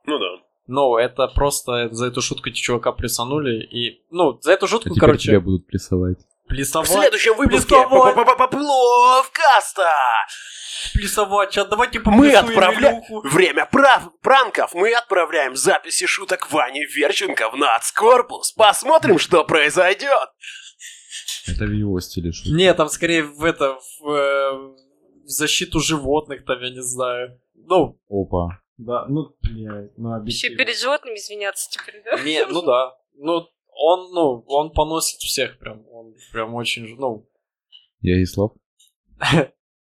D: Ну да.
B: Ну, это просто за эту шутку чувака плюсанули и... Ну, за эту
C: А
B: шутку,
C: теперь
B: короче,
C: тебя будут прессовать.
F: В
B: плюсовать,
F: следующем выпуске
B: Плесовой.
F: Пловкаста!
B: плюсовать. А давайте
F: Мы
B: поплюсуем
F: отправляем...
B: Илюху.
F: Время прав... пранков! Мы отправляем записи шуток Вани Верченко в нацкорпус. Посмотрим, что произойдет.
C: Это в его стиле шутка.
B: Не, там скорее в это, в, э, в защиту животных, там, я не знаю. Ну,
C: Опа.
B: да, ну, блядь, ну,
E: Еще перед животными извиняться теперь, да?
B: Не, ну да, ну, он, ну, он поносит всех прям, он прям очень, ж- ну,
C: Я и слаб.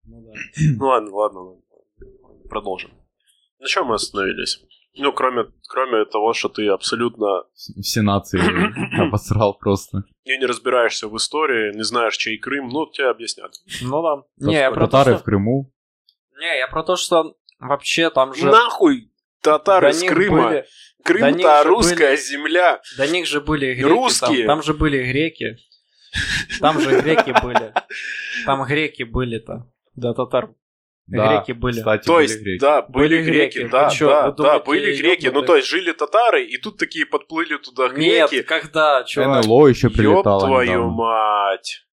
B: ну да.
D: Ну ладно, ладно, ладно. Продолжим. На чем мы остановились? Ну, кроме, кроме того, что ты абсолютно
C: Все нации обосрал просто.
D: и не разбираешься в истории, не знаешь, чей Крым, ну, тебе объяснят.
B: Ну да.
C: Тат-
B: Не, я про то,
C: Татары в
B: что...
C: Крыму.
B: Не, я про то, что вообще там же...
D: Нахуй! Татары
B: до
D: с
B: них
D: Крыма!
B: были- до них
D: Крым-то
B: же
D: русская
B: были-
D: земля!
B: До них же были греки.
D: Русские.
B: Там, там же были греки. Там же греки были. Там греки были-то. Да, татар.
C: Да,
B: Греки были.
C: Кстати,
D: То
C: были
D: есть,
C: греки.
D: да,
B: Были
D: были
B: греки,
D: греки,
B: вы
D: да,
B: чё,
D: да,
B: вы думаете,
D: да, были греки, ну
B: ёбаные?
D: то есть жили татары, и тут такие подплыли туда
B: Нет,
D: греки.
B: когда, чувак?
C: НЛО еще
D: Ёб
C: прилетало.
D: твою
C: недавно.
D: мать!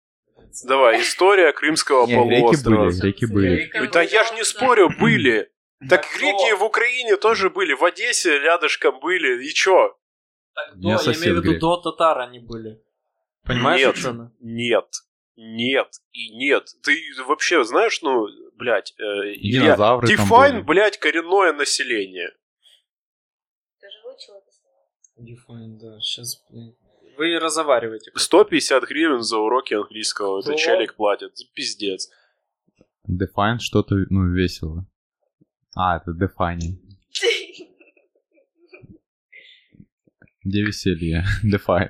D: Давай, история Крымского
C: Не, греки
D: полуострова.
C: были, греки были.
E: Греки.
D: Да я же не спорю, были. Так греки в Украине тоже были, в Одессе рядышком были, и чё?
B: Так,
C: У
B: до,
C: меня
B: Ну, я
C: сосед
B: имею в виду,
C: грек.
B: до татар они были. Понимаешь,
D: Нет.
B: о чём я?
D: Нет, нет и нет. Ты вообще знаешь, ну, блядь, э,
C: И
D: Илья,
C: Динозавры там были.
D: define, блядь, коренное население.
E: Ты же выучил это слово.
B: Дефайн, да, сейчас, блин. Вы разговариваете.
D: 150 гривен за уроки английского, это
B: Что?
D: челик платит, пиздец.
C: Define что-то, ну, весело. А, это Define. Где веселье? Define.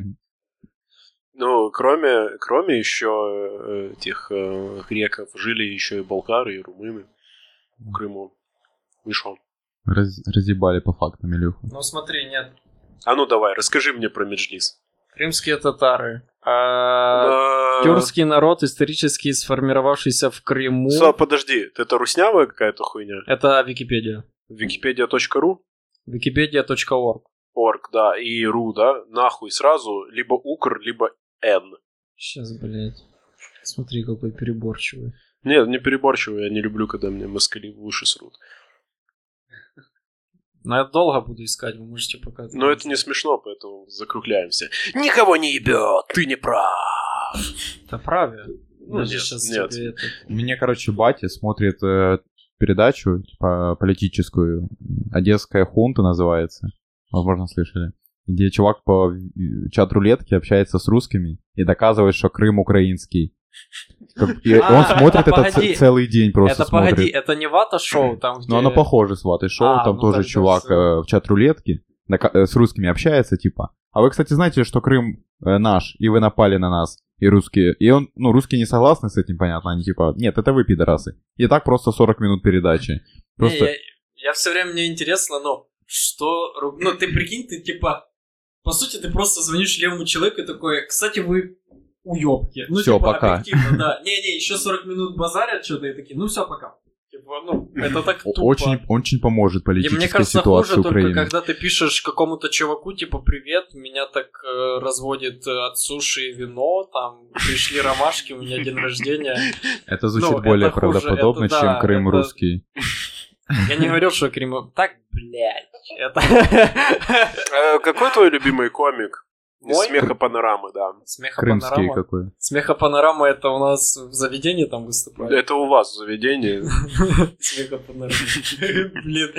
D: Ну, кроме, кроме еще э, этих э, греков, жили еще и болгары, и румыны в Крыму. И шо?
C: Раз- разъебали по фактам Илюху.
B: Ну смотри, нет.
D: А ну давай, расскажи мне про Меджлис.
B: Крымские татары. А,
D: Э,
B: Тюркский народ, исторически сформировавшийся в Крыму.
D: Со, подожди, это руснявая какая-то хуйня?
B: Это Википедия.
D: Википедия.ру?
B: Википедия.орг.
D: Орг, да, и ру, да, нахуй сразу, либо укр, либо н.
B: Сейчас, блядь. Смотри, какой переборчивый.
D: Нет, не переборчиво, я не люблю, когда мне москали в уши срут.
B: Но я долго буду искать, вы можете показать.
D: Но это не смешно, поэтому закругляемся.
F: Никого не ебет, ты не прав.
B: Это правильно.
D: Ну,
B: Даже
D: нет,
B: щас
D: нет.
B: тебе это-
C: Мне, короче, батя смотрит э, передачу, типа, политическую. Одесская хунта называется. Возможно, слышали. Где чувак по в- чат-рулетке общается с русскими и доказывает, что Крым украинский. Как- И
B: А,
C: он смотрит
B: это
C: это
B: погоди.
C: ц- целый день просто
B: Это погоди,
C: смотрит.
B: это не вата-шоу, там где...
C: Но оно Ну, похоже с ватой шоу,
B: Э, А,
C: там
B: ну
C: тоже
B: тогда
C: чувак
B: всё.
C: э, в чат-рулетке на ка- э, с русскими общается, типа. А вы, кстати, знаете, что Крым э, наш, и вы напали на нас, и русские. И он, ну, русские не согласны с этим, понятно, они типа, нет, это вы, пидорасы. И так просто 40 минут передачи. Просто...
B: Не, я, все время мне интересно, ну, что... ру- Ну, ты прикинь, ты типа... По сути, ты просто звонишь левому человеку и такой, кстати, вы уёбки. Ну,
C: Всё,
B: типа,
C: пока.
B: объективно, да. Не-не, еще 40 минут базарят что-то и такие, ну все, пока. Типа, ну, это так
C: о-
B: тупо.
C: Очень, очень поможет
B: И
C: политической
B: мне кажется,
C: ситуации
B: хуже
C: Украины.
B: только когда ты пишешь какому-то чуваку, типа, привет, меня так э, разводит э, от суши и вино, там, пришли ромашки, у меня день рождения.
C: Это звучит
B: Ну, это
C: более
B: хуже,
C: правдоподобно,
B: это да,
C: чем Крым
B: это-
C: русский.
B: Я не говорил, что Крим... Так, блядь, это...
D: Э, Какой твой любимый комик? Из
B: Мой?
D: смеха панорамы, да.
C: Крымский
B: Смехопанорама.
C: какой.
B: Смехопанорама это у нас в заведении там выступает.
D: Это у вас заведение.
B: Смехопанорама. Блин.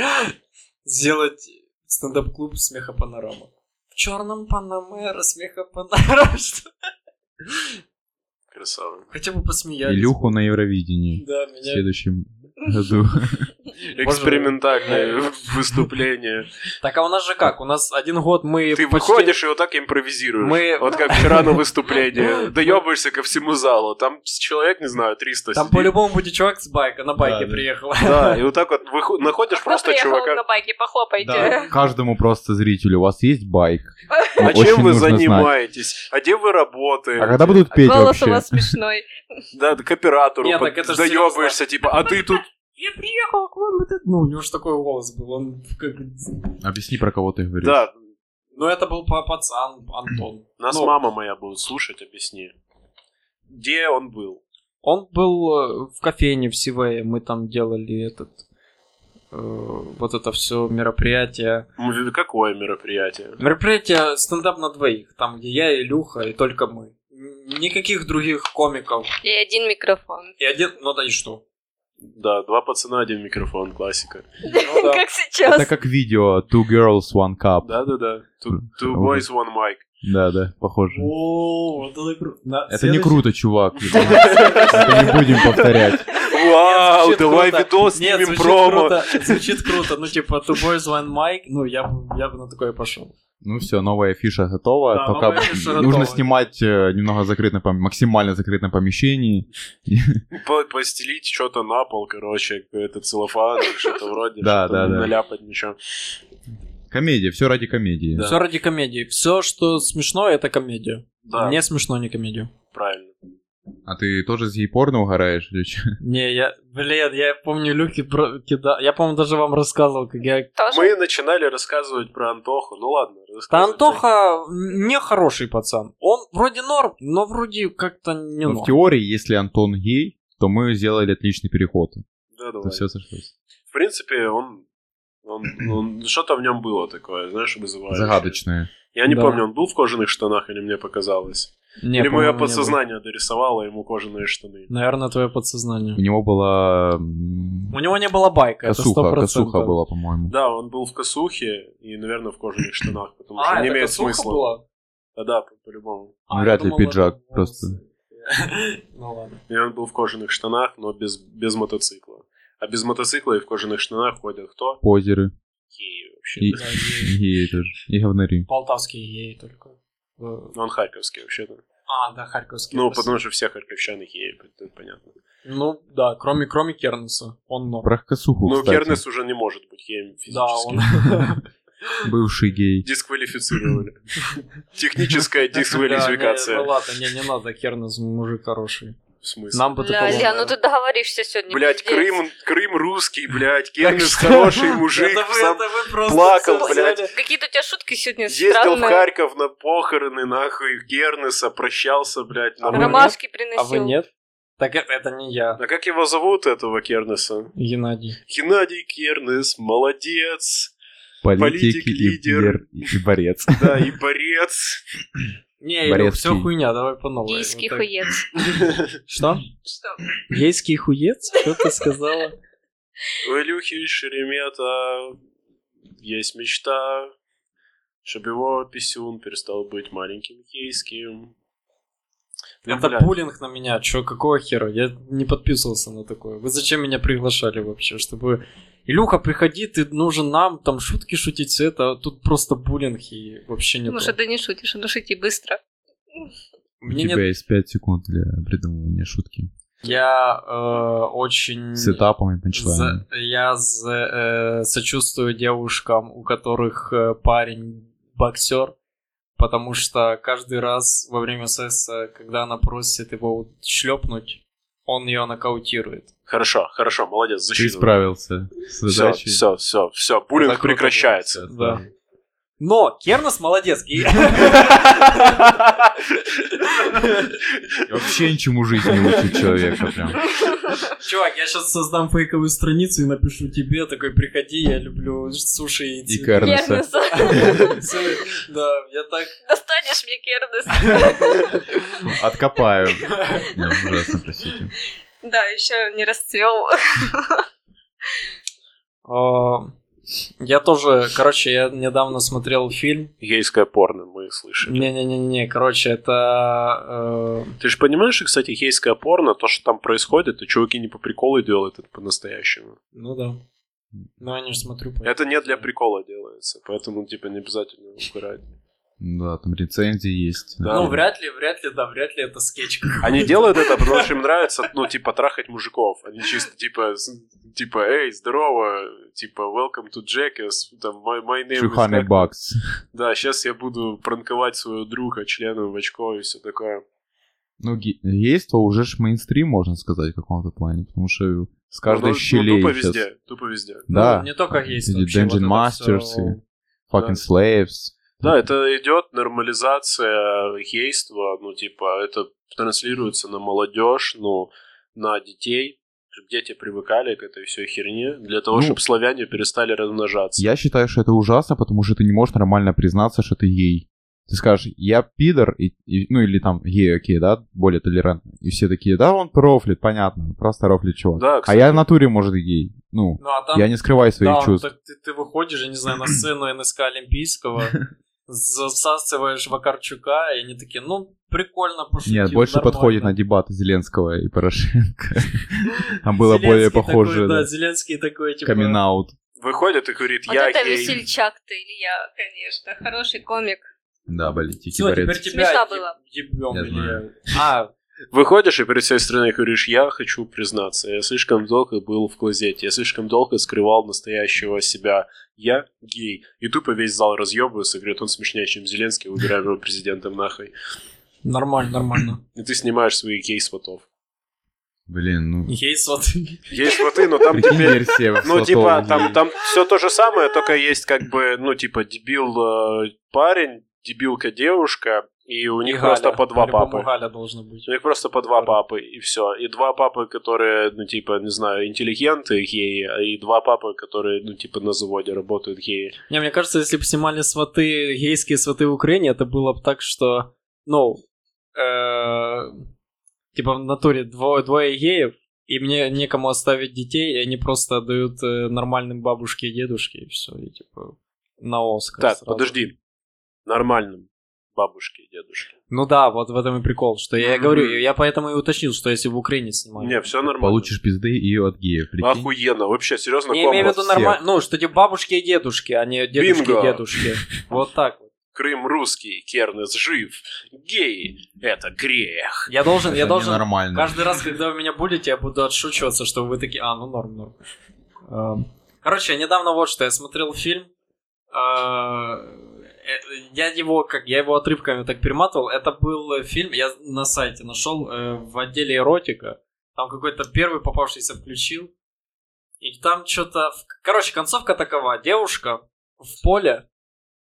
B: Сделать стендап-клуб смехопанорама. В черном панамера смехопанорама. Что?
D: Красава.
B: Хотя бы посмеялись.
C: Илюху на Евровидении.
B: Да,
C: В
B: меня
C: следующем году.
D: Экспериментальное выступление.
B: Так а у нас же как? У нас один год мы
D: Ты
B: почти-
D: выходишь и вот так импровизируешь.
B: Мы-
D: Вот как вчера на выступлении. Доебаешься ко всему залу. Там человек, не знаю, 300
B: Там
D: сидит.
B: по-любому будет чувак с байка, на байке
C: да.
B: приехал.
D: Да, и вот так вот выход- находишь
E: Кто
D: просто
E: приехал на
D: чувака.
E: байке, похлопайте.
C: Да. Каждому просто зрителю. У вас есть байк?
D: А
C: Очень
D: чем вы
C: нужно знать.
D: занимаетесь? А где
B: Э,
D: вы
C: А
D: работаете?
C: когда будут петь
E: Голос у
C: вообще?
E: вас смешной.
D: Да, к оператору.
B: Нет,
D: под-
B: так это ж
D: Доебаешься, типа, а ты тут...
B: Я приехал к вам. вот это- Ну, у него же такой голос был. Он как...
C: Объясни, про кого ты говоришь.
D: Да,
B: Ну, это был па- пацан Антон.
D: нас
B: Ну,
D: мама моя будет слушать, объясни. Где он был?
B: Он был э, в кофейне в Сивее, мы там делали этот э, вот это все мероприятие.
D: М, Какое мероприятие?
B: Мероприятие стендап на двоих, там где я, Илюха и только мы. Н- Никаких других комиков.
E: И один микрофон.
B: И один, ну да и что?
D: Да, два пацана, один микрофон, классика.
B: Ну да.
E: Как сейчас.
C: Это как видео Two Girls, One Cup.
D: Да-да-да. Two, two boys, one mic.
C: Да, да, похоже.
B: О, вот это круто. На-
C: Это не
B: следующий-
C: круто, чувак. Это не будем повторять.
B: Нет,
D: Вау,
B: звучит
D: давай
B: круто.
D: видос
B: Нет,
D: снимем
B: звучит
D: промо.
B: круто, Звучит круто, ну типа Two Boys One Mic, ну я бы я бы на такое пошел.
C: Ну все, новая фиша готова.
B: Да,
C: Пока
B: новая фиша
C: нужно
B: готова.
C: снимать э, немного закрытое, пом- максимально закрытое помещение.
D: По- Постелить что-то на пол, короче, какой-то целлофан или что-то вроде.
C: Да,
D: что-то
C: да, да.
D: Наляпать ничего.
C: Комедия, все ради комедии.
B: Все ради комедии. Все, что смешно, это комедия.
D: Да,
B: Мне смешно не комедию.
D: правильно.
C: А ты тоже с гей-порно угораешь? или чё?
B: Не, я, блин, я помню, Люки про- кида... Я, по-моему, даже вам рассказывал, как я...
E: Тоже.
D: Мы начинали рассказывать про Антоху. Ну ладно,
B: Да
D: рассказывай.
B: Антоха не хороший пацан. Он вроде норм, но вроде как-то не
C: Ну, в
B: норм.
C: теории, если Антон гей, то мы сделали отличный переход.
D: Да, давай.
C: Это все сошлось.
D: В принципе, он... он- он- что-то в нем было такое, знаешь, вызывающее.
C: Загадочное.
D: Я не
B: Да.
D: помню, он был в кожаных штанах или мне показалось.
B: Не,
D: или мое
B: по-моему, не
D: подсознание дорисовало ему кожаные штаны.
B: было. Наверное, твое подсознание.
C: У него была... м,
B: У него не было байка, это 100%.
C: Косуха, косуха была, по-моему.
D: Да, он был в косухе и, наверное, в кожаных штанах, потому что
B: А,
D: не
B: это
D: имеет
B: косуха
D: смысла.
B: была?
D: Да, да, по- по-любому.
B: А,
C: Вряд
B: я
C: ли
B: думал, это
C: пиджак,
B: волосы.
C: просто.
B: Ну ладно.
D: И он был в кожаных штанах, но без, без мотоцикла. А без мотоцикла и в кожаных штанах ходят кто?
C: Позеры.
D: Геи вообще.
C: И,
B: Да, и-
C: геи тоже. И говнари.
B: Полтавский ей только. Э,
D: Он харьковский вообще-то.
B: А, да, харьковский.
D: Ну,
B: Спасибо.
D: потому что все харьковчаны геи, это понятно.
B: Ну, да, кроме, кроме Кернеса. Он норм.
C: Про косуху,
D: Ну,
C: кстати.
D: Кернес уже не может быть геем физически.
B: Да, он...
C: Бывший гей.
D: Дисквалифицировали. Техническая
B: Да, не,
D: дисквалификация.
B: Ну ладно, не, не надо, Кернес мужик хороший.
D: В смысле?
B: Нам бы
E: Бля,
B: такого...
E: Ля, ну ты договоришься сегодня.
D: Блядь,
E: пиздец.
D: Крым, Крым русский, блядь, Кернес хороший мужик, сам плакал, блядь.
E: Какие-то у тебя шутки сегодня
D: Ездил в
E: странные.
D: Харьков на похороны, нахуй, Кернеса, прощался, блядь.
B: А
D: на-
B: вы
E: Ромашки
B: А вы
E: приносил.
B: нет? Так э- это не я,
D: А как его зовут, этого Кернеса?
B: Геннадий.
D: Геннадий Кернес, молодец,
C: Политик,
D: Политик, лидер.
C: лидер и, и борец.
D: да, и борец.
B: Не, Илюх,
C: Борецкий.
B: все хуйня, давай по новой.
E: Гейский
B: Вот так.
E: хуец.
B: Что?
E: Что?
B: Гейский хуец? Что ты сказала?
D: У Илюхи Шеремета есть мечта, чтобы его писюн перестал быть маленьким кейским. Ну,
B: Это
D: блядь.
B: буллинг на меня, чё, какого хера? Я не подписывался на такое. Вы зачем меня приглашали вообще, чтобы Илюха, приходи, ты нужен нам, там шутки шутить, все это. а Тут просто буллинг и вообще не
E: Потому
B: то.
E: что ты не шутишь, а ну шути быстро.
C: У
B: Мне
C: тебя
B: нет-
C: есть 5 секунд для придумывания шутки.
B: Я э, очень...
C: С этапами
B: за-
C: панчлайна.
B: я за- э, сочувствую девушкам, у которых э, парень боксер, потому что каждый раз во время секса, когда она просит его шлепнуть, он ее нокаутирует.
D: Хорошо, хорошо, молодец,
C: Ты
D: защитил.
C: справился с
D: Все,
C: задачей.
D: все, все, все, буллинг
B: Это круто
D: прекращается.
B: Да. Но Кернос молодец. И...
C: И Вообще ничему жизнь не учит человека прям.
B: Чувак, я сейчас создам фейковую страницу и напишу тебе, такой, приходи, я люблю суши и
C: И
B: цветы».
C: Кернеса.
E: Кернеса.
B: Целый- Да, я так...
E: Достанешь мне Кернес.
C: Откопаю. Да, ужасно, простите.
E: Да, еще не расцвел.
B: А, Я тоже, короче, я недавно смотрел фильм.
D: Гейское порно, мы слышим.
B: Не-не-не-не, короче, это... э,
D: Ты же понимаешь, что, кстати, гейское порно, то, что там происходит, и чуваки не по приколу делают это по-настоящему.
B: Ну да. Ну, я не смотрю. поэтому-
D: Это не для прикола делается, поэтому, типа, не обязательно убирать.
C: Да, там рецензии есть.
D: Да.
B: Ну, вряд ли, вряд ли, да, вряд ли это скетч.
D: Они делают это, потому что им нравится, ну, типа, трахать мужиков. Они чисто, типа, с- типа, эй, здорово, типа, welcome to Jackass, там, my, my name is...
C: Шуханый
D: так-то».
C: бакс.
D: Да, сейчас я буду пранковать своего друга членом в очко и все такое.
C: Ну, ге- есть, то уже ж мейнстрим, можно сказать, в каком-то плане, потому что с каждой
D: Ну, ну,
C: щелей
D: тупо
C: сейчас-
D: везде, тупо везде.
C: Да.
B: Ну, Не только есть
C: Эти
B: вообще, вот
C: Dungeon
B: это
C: Masters
B: всё.
C: и Fucking slaves.
D: Да, это идет нормализация гейства, ну, типа, это транслируется на молодежь, ну, на детей, чтобы дети привыкали к этой всей херне, для того,
C: Ну,
D: чтобы славяне перестали размножаться.
C: Я считаю, что это ужасно, потому что ты не можешь нормально признаться, что ты гей. Ты скажешь, я пидор, и- и- ну или там гей, окей, да, более толерантно. И все такие, да, он профлит, понятно, просто рофлит чувак.
D: Да,
C: а
D: кстати.
C: я в натуре, может, и гей. Ну,
B: Ну, а там...
C: я не скрываю своих
B: Да,
C: чувств.
B: так ты, ты выходишь, я не знаю, на сцену НСК Олимпийского, засасываешь Вакарчука, и они такие, ну, прикольно пошутил,
C: Нет, больше
B: типа нормально».
C: подходит на дебаты Зеленского и Порошенко. Там было
B: Зеленский
C: более
B: такой, Да,
C: похоже да,
B: Зеленский такой, типа...
C: камин-аут.
D: Выходит и говорит,
E: Вот
D: я
E: это
D: гей.
E: весельчак ты, Илья, конечно. Хороший комик.
C: Да, политики
B: Все, теперь
C: борец.
B: тебя
E: Смешно
B: еб-
E: было.
B: ебём,
C: Я
B: Илья».
C: знаю.
B: А,
D: Выходишь и перед всей страной говоришь, я хочу признаться, я слишком долго был в клозете, я слишком долго скрывал настоящего себя, я гей. И тупо весь зал разъебывается, говорит, он смешнее, чем Зеленский, выбираем его президентом нахуй.
B: нормально, нормально.
D: И ты снимаешь своих гей-сватов.
C: Блин, ну...
B: Есть вот...
D: Есть сваты, но там
C: Прикинь,
D: теперь...
C: версия в
D: Ну, типа,
C: Сатовом
D: там,
C: гей.
D: там все то же самое, только есть как бы, ну, типа, дебил э, парень, дебилка девушка, и у них
B: И
D: просто
B: Галя.
D: по два
B: По-любому
D: папы.
B: Галя должна быть.
D: У них Ну, просто по два папы, и все. И два папы, которые, ну, типа, не знаю, интеллигенты геи, а и два папы, которые, ну, типа, на заводе работают геи.
B: Не, мне кажется, если бы снимали сваты, гейские сваты в Украине, это было бы так, что, ну, э, типа в натуре двое, двое геев, и мне некому оставить детей, и они просто отдают э, нормальным бабушке и дедушке, и все, и типа на Оскар.
D: Так,
B: сразу.
D: подожди. Нормальным. Бабушки и дедушки.
B: Ну да, вот в этом и прикол, что я и
D: Мгм.
B: говорю, я поэтому и уточнил, что если в Украине снимали.
D: Не, все нормально.
C: Получишь пизды и от геев. прикинь.
D: Охуенно, вообще, серьезно,
B: Я имею в виду
C: всех.
B: нормально, ну, что типа бабушки и дедушки, а не дедушки
D: Бинго.
B: и дедушки. Вот так вот.
D: Крым русский, Кернес жив, геи — это грех.
B: Я должен, Ну, я
C: Это
B: должен
C: ненормально.
B: Каждый раз, когда вы меня будете, я буду отшучиваться, что вы такие... А, ну норм, норм. Эм, Короче, недавно вот что, я смотрел фильм. э, э, Я его, как, я его отрывками так перематывал. Это был э, фильм, я на сайте нашел, э, в отделе эротика. Там какой-то первый попавшийся включил. И там что-то... Короче, концовка такова. Девушка в поле.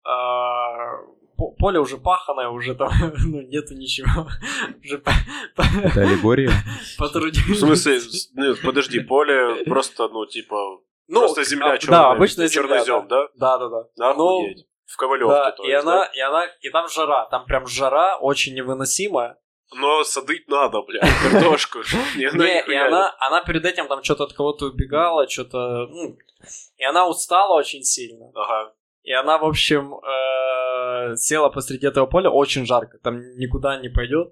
B: э, по- Поле уже паханое, уже там ну, нету ничего. Уже по- по-
C: Это аллегория.
D: В
B: Потрудились.
D: смысле, с- ну, подожди, поле просто, ну, типа, просто земля
B: а,
D: черная.
B: Да, обычная земля.
D: чернозем, да?
B: Да, да, да.
D: Да,
B: Ну,
D: охуеть. В Ковалевке,
B: Да,
D: то
B: и
D: есть,
B: она,
D: да?
B: и она, и там жара, там прям жара очень невыносимая.
D: Но садить надо, бля, картошку. И она
B: Не, и
D: нихуя
B: она, она перед этим там что-то от кого-то убегала, что-то, ну, и она устала очень сильно.
D: Ага.
B: И она, в общем, э, села посреди этого поля, очень жарко, там никуда не пойдет.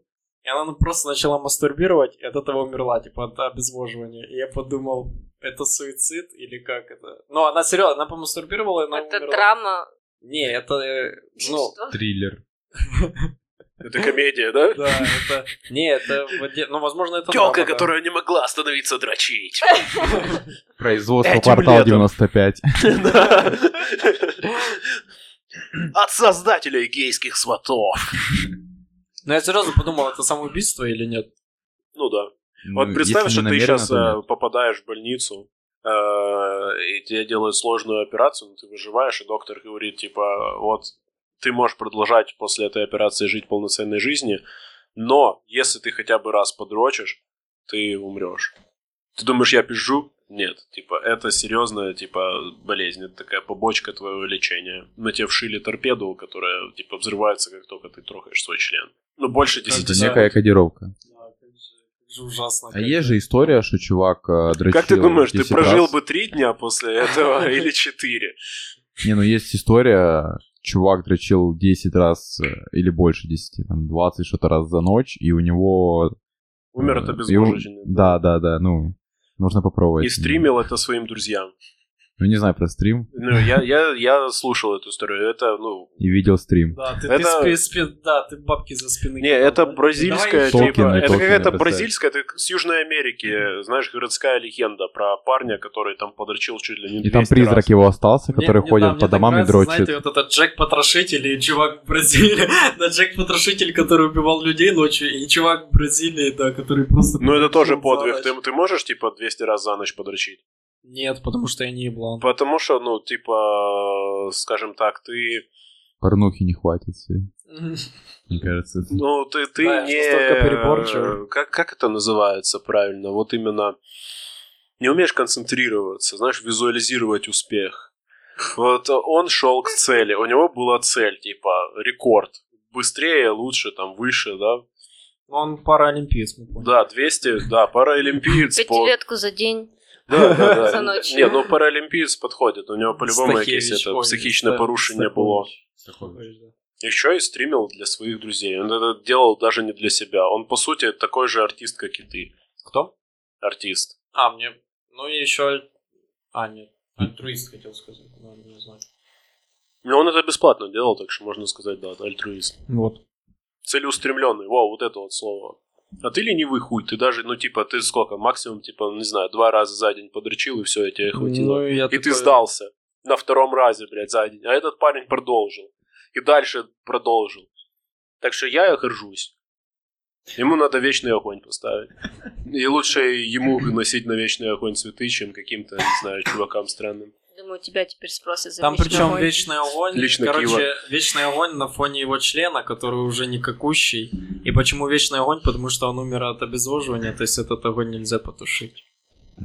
B: И она ну, просто начала мастурбировать, и от этого умерла, типа, от обезвоживания. И я подумал, это суицид или как это? Ну, она серьезно, она помастурбировала, и
D: Ну,
B: она
E: Это
B: умерла.
E: драма.
B: Не, это, э, ну,
E: Что?
C: Триллер.
D: Это комедия, да?
B: да, это... Не, это... в отде- Ну, возможно, это...
D: Телка,
B: драма, да.
D: которая не могла остановиться дрочить.
C: Производство
D: Этим
C: «Портал
D: летом.
C: 95».
D: Да. От создателей гейских сватов.
B: Ну, я серьезно подумал, это самоубийство или нет?
D: Ну да.
C: Ну,
D: Вот представь,
C: если
D: что
C: не
D: ты э,
C: намеренно,
D: сейчас
C: то нет.
D: попадаешь в больницу, э, и тебе делают сложную операцию, но ты выживаешь, и доктор говорит, типа, вот ты можешь продолжать после этой операции жить полноценной жизнью, но если ты хотя бы раз подрочишь, ты умрешь. Ты думаешь, я пизжу? Нет, типа, это серьезная, типа, болезнь, это такая побочка твоего лечения. На тебе вшили торпеду, которая, типа, взрывается, как только ты трогаешь свой член. Ну, больше 10
C: Это
B: Да.
D: секунд.
C: некая кодировка.
B: Да, как же, как же ужасно.
C: А есть же история, что чувак э, дрочил
D: Как ты думаешь, ты
C: 10
D: прожил
C: раз?
D: бы три дня после этого или четыре?
C: Не, ну есть история, чувак дрочил 10 раз э, или больше 10, там 20 что-то раз за ночь, и у него... э,
D: Умер от
C: и у-
D: обезвоживания.
C: Да, да, да, ну, нужно попробовать.
D: И стримил это своим друзьям.
C: Ну, не знаю про стрим,
D: Ну, я, я, я слушал эту историю. Это, ну...
C: и видел стрим.
B: Да, ты,
D: Это-
B: ты спи- спи- да, ты бабки за спины.
D: Не,
B: кинул,
D: это
B: да?
D: бразильская,
B: Давай
C: Толкин,
D: типа...
C: не
D: Это
C: Толкин,
D: какая-то
C: представь.
D: бразильская, это как с Южной Америки, знаешь, городская легенда про парня, который там подрочил чуть ли не
C: И там
D: 200
C: призрак
D: раз.
C: его остался,
B: Мне-
C: который
B: мне- да,
C: ходит
B: мне
C: по
B: так
C: домам и
B: нравится,
C: дрочит.
B: Знаете, вот этот Джек-потрошитель и чувак в Бразилии. Да, Джек-потрошитель, который убивал людей ночью, и чувак в Бразилии, да, который просто...
D: Ну, это тоже
B: за
D: подвиг.
B: ночь.
D: Ты, ты можешь, типа, 200 раз за ночь подрочить?
B: Нет, потому что я не еблан.
D: Потому что, ну, типа, скажем так, ты...
C: Порнухи не хватит, всей, мне кажется.
D: Ну, ты, ты
B: Да, я
D: не...
B: настолько переборчив.
D: э, Как, как это называется правильно? Вот именно... Не умеешь концентрироваться, знаешь, визуализировать успех. Вот он шел к цели, у него была цель, типа, рекорд. Быстрее, лучше, там, выше, да?
B: Он паралимпиец, мы поняли.
D: Да, 200, да, паралимпиец. по-
E: Пятилетку за день.
D: Да, да, да.
E: за ночь.
D: Не, ну паралимпиец подходит, у него по-любому
B: Стахевич,
D: якесь это
B: ой,
D: психичное
B: Ста-
D: порушение
B: Стахович.
D: было.
B: Стахович, да.
D: Еще и стримил для своих друзей. Он это делал даже не для себя. Он, по сути, такой же артист, как и ты.
B: Кто?
D: Артист.
B: А, мне... Ну, и еще... А, нет. Альтруист хотел сказать. Ладно, не знаю.
D: Но Ну, он это бесплатно делал, так что можно сказать, да, альтруист.
B: Вот.
D: Целеустремленный, вау, вот это вот слово. А ты ленивый хуй, ты даже, ну, типа, ты сколько, максимум, типа, не знаю, два раза за день подрочил, и все, и тебе хватило.
B: и я
D: и ты
B: такой-
D: сдался на втором разе, блядь, за день. А этот парень продолжил. И дальше продолжил. Так что я горжусь. Ему надо вечный огонь поставить. И лучше ему носить на вечный огонь цветы, чем каким-то, не знаю, чувакам странным.
E: Думаю, тебя теперь спросы за
B: Там
E: вечный
B: причем
E: огонь.
B: вечный огонь.
D: Лично
B: короче,
D: Кива.
B: вечный огонь на фоне его члена, который уже никакущий. И почему вечный огонь? Потому что он умер от обезвоживания, то есть этот огонь нельзя потушить.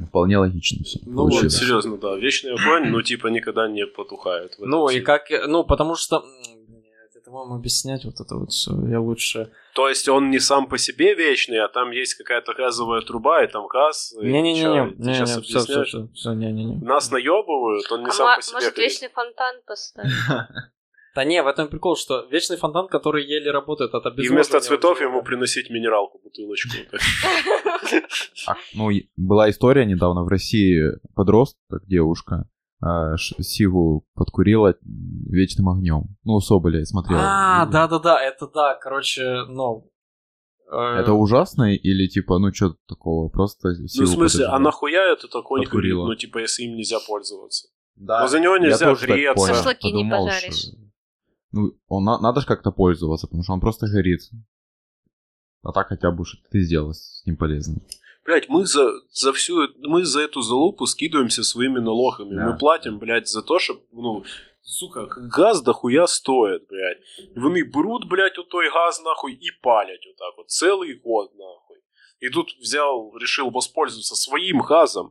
C: Вполне логично все
B: Ну вот,
D: Вот,
C: получилось.
D: серьезно, да. Вечный огонь, ну, типа, никогда не потухает. в этом
B: Ну и
D: смысле.
B: как. Ну, потому что. м, блядь, Это вам объяснять вот это вот все. Я лучше.
D: То есть он не сам по себе вечный, а там есть какая-то газовая труба, и там газ. Ну, и чё,
B: Не-не-не,
D: ты сейчас
B: не-не, все, все,
D: объясняешь?
B: все, все, не-не-не.
D: Нас наебывают, он не
E: А
D: сам
E: ма-
D: по себе.
E: может,
D: ходит.
E: вечный фонтан поставить?
B: Да не, в этом и прикол, что вечный фонтан, который еле работает от
D: И
B: обезвоживания.
D: вместо цветов
B: уже-
D: ему приносить минералку, бутылочку.
C: А, ну, и- была история недавно в России, подросток, девушка, э, ш- сиву подкурила вечным огнем. Ну, у Соболя я смотрел.
B: А,
C: видео.
B: да-да-да, это да, короче, ну. э,
C: Это ужасно или типа, ну, что такого, просто
D: Ну,
C: сиву
D: в смысле,
C: подожгла?
D: а нахуя это такой курит?
C: Подкурила.
D: Ну, типа, если им нельзя пользоваться.
C: Да,
D: Но за него
C: я
D: нельзя
C: тоже так
D: греться.
C: понял.
E: Шашлыки не
C: Подумал,
E: пожаришь.
C: что- Ну, он, на- надо же как-то пользоваться, потому что он просто горит. А так хотя бы что ты сделал с ним полезно.
D: Блять, мы за, за всю э- мы за эту залупу скидываемся своими налогами.
C: Да.
D: Мы платим, блядь, за то, что, ну, сука, газ дохуя стоит, блядь. Вони берут, блядь, у той газ, нахуй, и палять вот так вот. Целый год, нахуй. И тут взял, решил воспользоваться своим газом.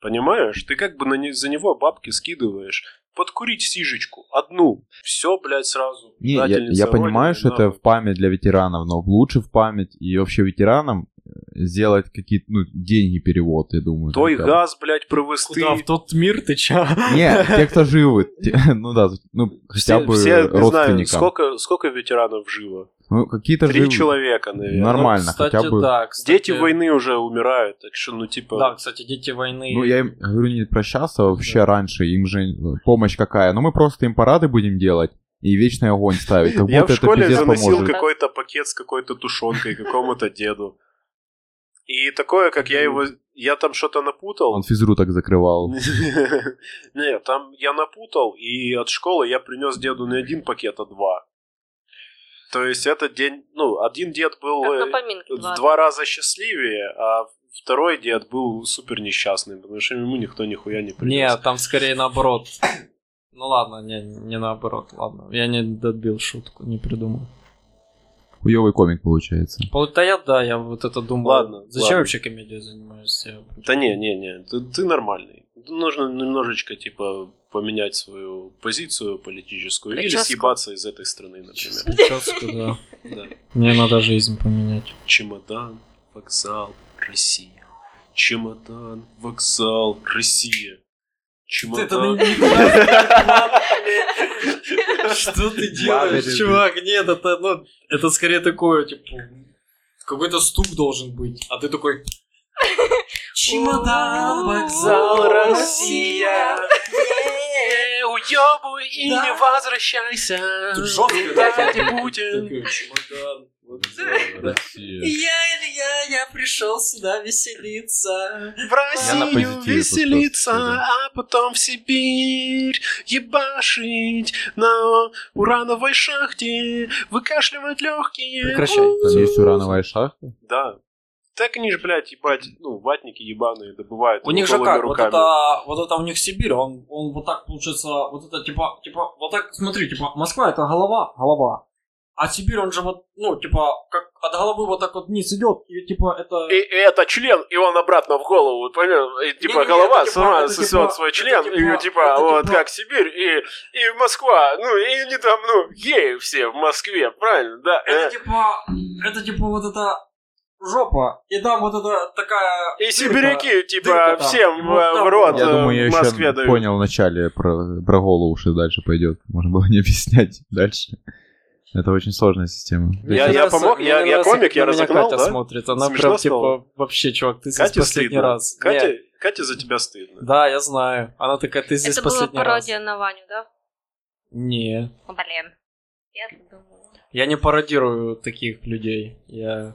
D: Понимаешь? Ты как бы на не- за него бабки скидываешь. Подкурить сижечку. Одну. Все, блядь, сразу.
C: Не, я,
D: Предательница
C: я понимаю,
D: Родины,
C: что это
D: нахуй.
C: в память для ветеранов, но лучше в память и вообще ветеранам э, сделать какие-то, ну, деньги перевод, я думаю.
D: Той
C: там,
D: газ, блядь, провести.
B: Куда, в тот мир ты чё?
C: да. Не, те, кто живы, те- ну да, ну, хотя
D: Все,
C: бы
D: все, не знаю,
C: родственникам.
D: сколько, сколько ветеранов живо?
C: Ну, какие-то
D: Три
C: живы.
D: человека, наверное.
C: Нормально.
B: Ну, кстати,
C: хотя бы.
B: да, кстати,
D: Дети войны уже умирают, так что, ну, типа...
B: Да, кстати, дети войны.
C: Ну, я им говорю не прощаться вообще раньше, им же помощь какая. Ну, мы просто им парады будем делать и вечный огонь ставить. Как
D: Я
C: будто
D: в школе
C: это пиздец
D: заносил
C: поможет.
D: какой-то пакет с какой-то тушенкой какому-то деду. И такое, как я его... Я там что-то напутал.
C: Он физру так закрывал.
D: Нет, там я напутал, и от школы я принес деду не один пакет, а два. То есть этот день... Ну, один дед был
E: Как
D: э,
E: на поминке.
D: в
E: два.
D: два раза счастливее, а второй дед был супер несчастным, потому что ему никто нихуя не принес.
B: Не, там скорее наоборот. Ну ладно, не, не наоборот, ладно. Я не добил шутку, не придумал.
C: Хуёвый комик получается.
B: Пол- Да я, да, я вот это думал.
D: Ладно,
B: Зачем
D: ладно.
B: вообще комедией занимаюсь? Я-
D: Да не, не, не, ты, ты нормальный. Нужно немножечко, типа, поменять свою позицию политическую или
E: Прическу.
D: съебаться из этой страны, например.
B: Прическу, да.
D: Да.
B: Мне надо жизнь поменять.
D: Чемодан, вокзал, Россия. Чемодан, вокзал, Россия. Чемодан.
B: Что ты
C: Мамы,
B: делаешь, чувак? Нет, это, ну, это скорее такое, типа, какой-то стук должен быть, а ты такой... Чемодан, вокзал, Россия.
D: Не уёбывай Э, и
B: Да.
D: не возвращайся. э,
B: Тут жёстко, да,
D: Дядя
B: тут-
D: Путин.
B: Такой, Чемодан,
C: Россия.
B: я, Илья, я пришел сюда веселиться.
D: В
C: на
D: Россию
C: позитиве
D: веселиться,
C: просто,
D: а потом в Сибирь ебашить на урановой шахте, выкашливать легкие.
B: Прекращай.
C: Там есть урановая шахта.
D: Да. Так они же, блядь, ебать, ну, ватники ебаные добывают.
B: У них же
D: голыми
B: как, вот
D: руками.
B: это, а, вот это у них Сибирь, он, он вот так получается, вот это типа, типа, вот так, смотри, типа, Москва это голова, голова, а Сибирь он же вот, ну, типа, как от головы вот так вот вниз идет, и типа это...
D: И, и это член, и он обратно в голову, понял? И, типа
B: Не-не-не,
D: голова
B: это типа-
D: сама
B: это
D: сосет
B: типа-
D: свой
B: это
D: член,
B: типа-
D: и типа
B: это
D: вот
B: типа-
D: как Сибирь и, и Москва, ну и они там, ну, геи все в Москве, правильно, да?
B: Это
D: э.
B: типа, это типа вот это жопа, и там вот это такая...
D: И
B: дырка.
D: сибиряки, типа,
B: дырка там,
D: всем
B: вот
D: э,
B: там
D: в рот
B: вот.
C: Я
D: э,
C: думаю, я
D: в Москве
C: еще
D: дают.
C: понял вначале про, про голову, что дальше пойдет. Можно было не объяснять дальше. Это очень сложная система.
B: Мне
D: Я- я
B: нравится-
D: помог,
B: мне
D: я- я
B: нравится,
D: комик,
B: как
D: я
B: на меня
D: разогнал,
B: Катя
D: да?
B: смотрит, она
D: Смешно
B: прям
D: стало?
B: типа, вообще, чувак, ты здесь
D: Катя
B: последний
D: стыдно.
B: раз.
D: Катя,
B: Нет,
D: Катя, за тебя стыдно.
B: Да, я знаю. Она такая, ты здесь
E: Это была
B: последний раз.
E: пародия на Ваню, да?
B: Не,
E: О, Блин. Я думала.
B: я не пародирую таких людей. Я...